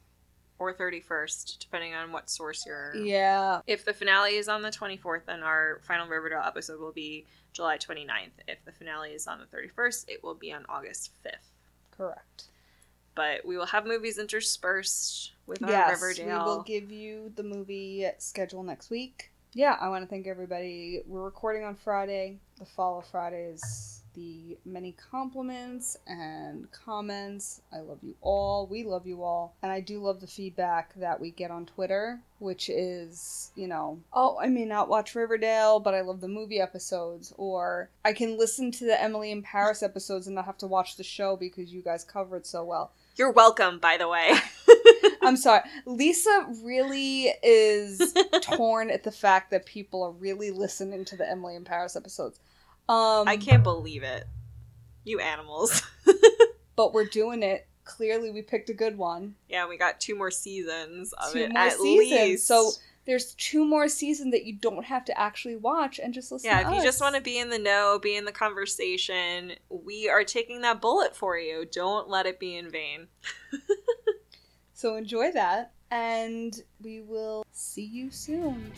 S1: Or 31st, depending on what source you're.
S2: Yeah.
S1: If the finale is on the 24th, then our final Riverdale episode will be July 29th. If the finale is on the 31st, it will be on August 5th.
S2: Correct.
S1: but we will have movies interspersed with our
S2: yes,
S1: Riverdale.
S2: we will give you the movie schedule next week. Yeah, I want to thank everybody. We're recording on Friday. The follow Fridays. The many compliments and comments. I love you all. We love you all. And I do love the feedback that we get on Twitter, which is, you know, oh, I may not watch Riverdale, but I love the movie episodes. Or I can listen to the Emily in Paris episodes and not have to watch the show because you guys cover it so well.
S1: You're welcome, by the
S2: [LAUGHS]
S1: way.
S2: I'm sorry. Lisa really is
S1: [LAUGHS]
S2: torn at the fact that people are really listening to the Emily in Paris episodes. Um,
S1: I can't believe it. You animals. [LAUGHS]
S2: but we're doing it. Clearly, we picked a good one.
S1: Yeah, we got two more seasons of
S2: Two
S1: it
S2: more
S1: at
S2: seasons,
S1: least.
S2: so There's two more seasons that you don't have to actually watch and just listen.
S1: yeah,
S2: to
S1: if you
S2: us.
S1: just want to be in the know, be in the conversation, we are taking that bullet for you. Don't let it be in vain.
S2: so enjoy that, and we will see you soon.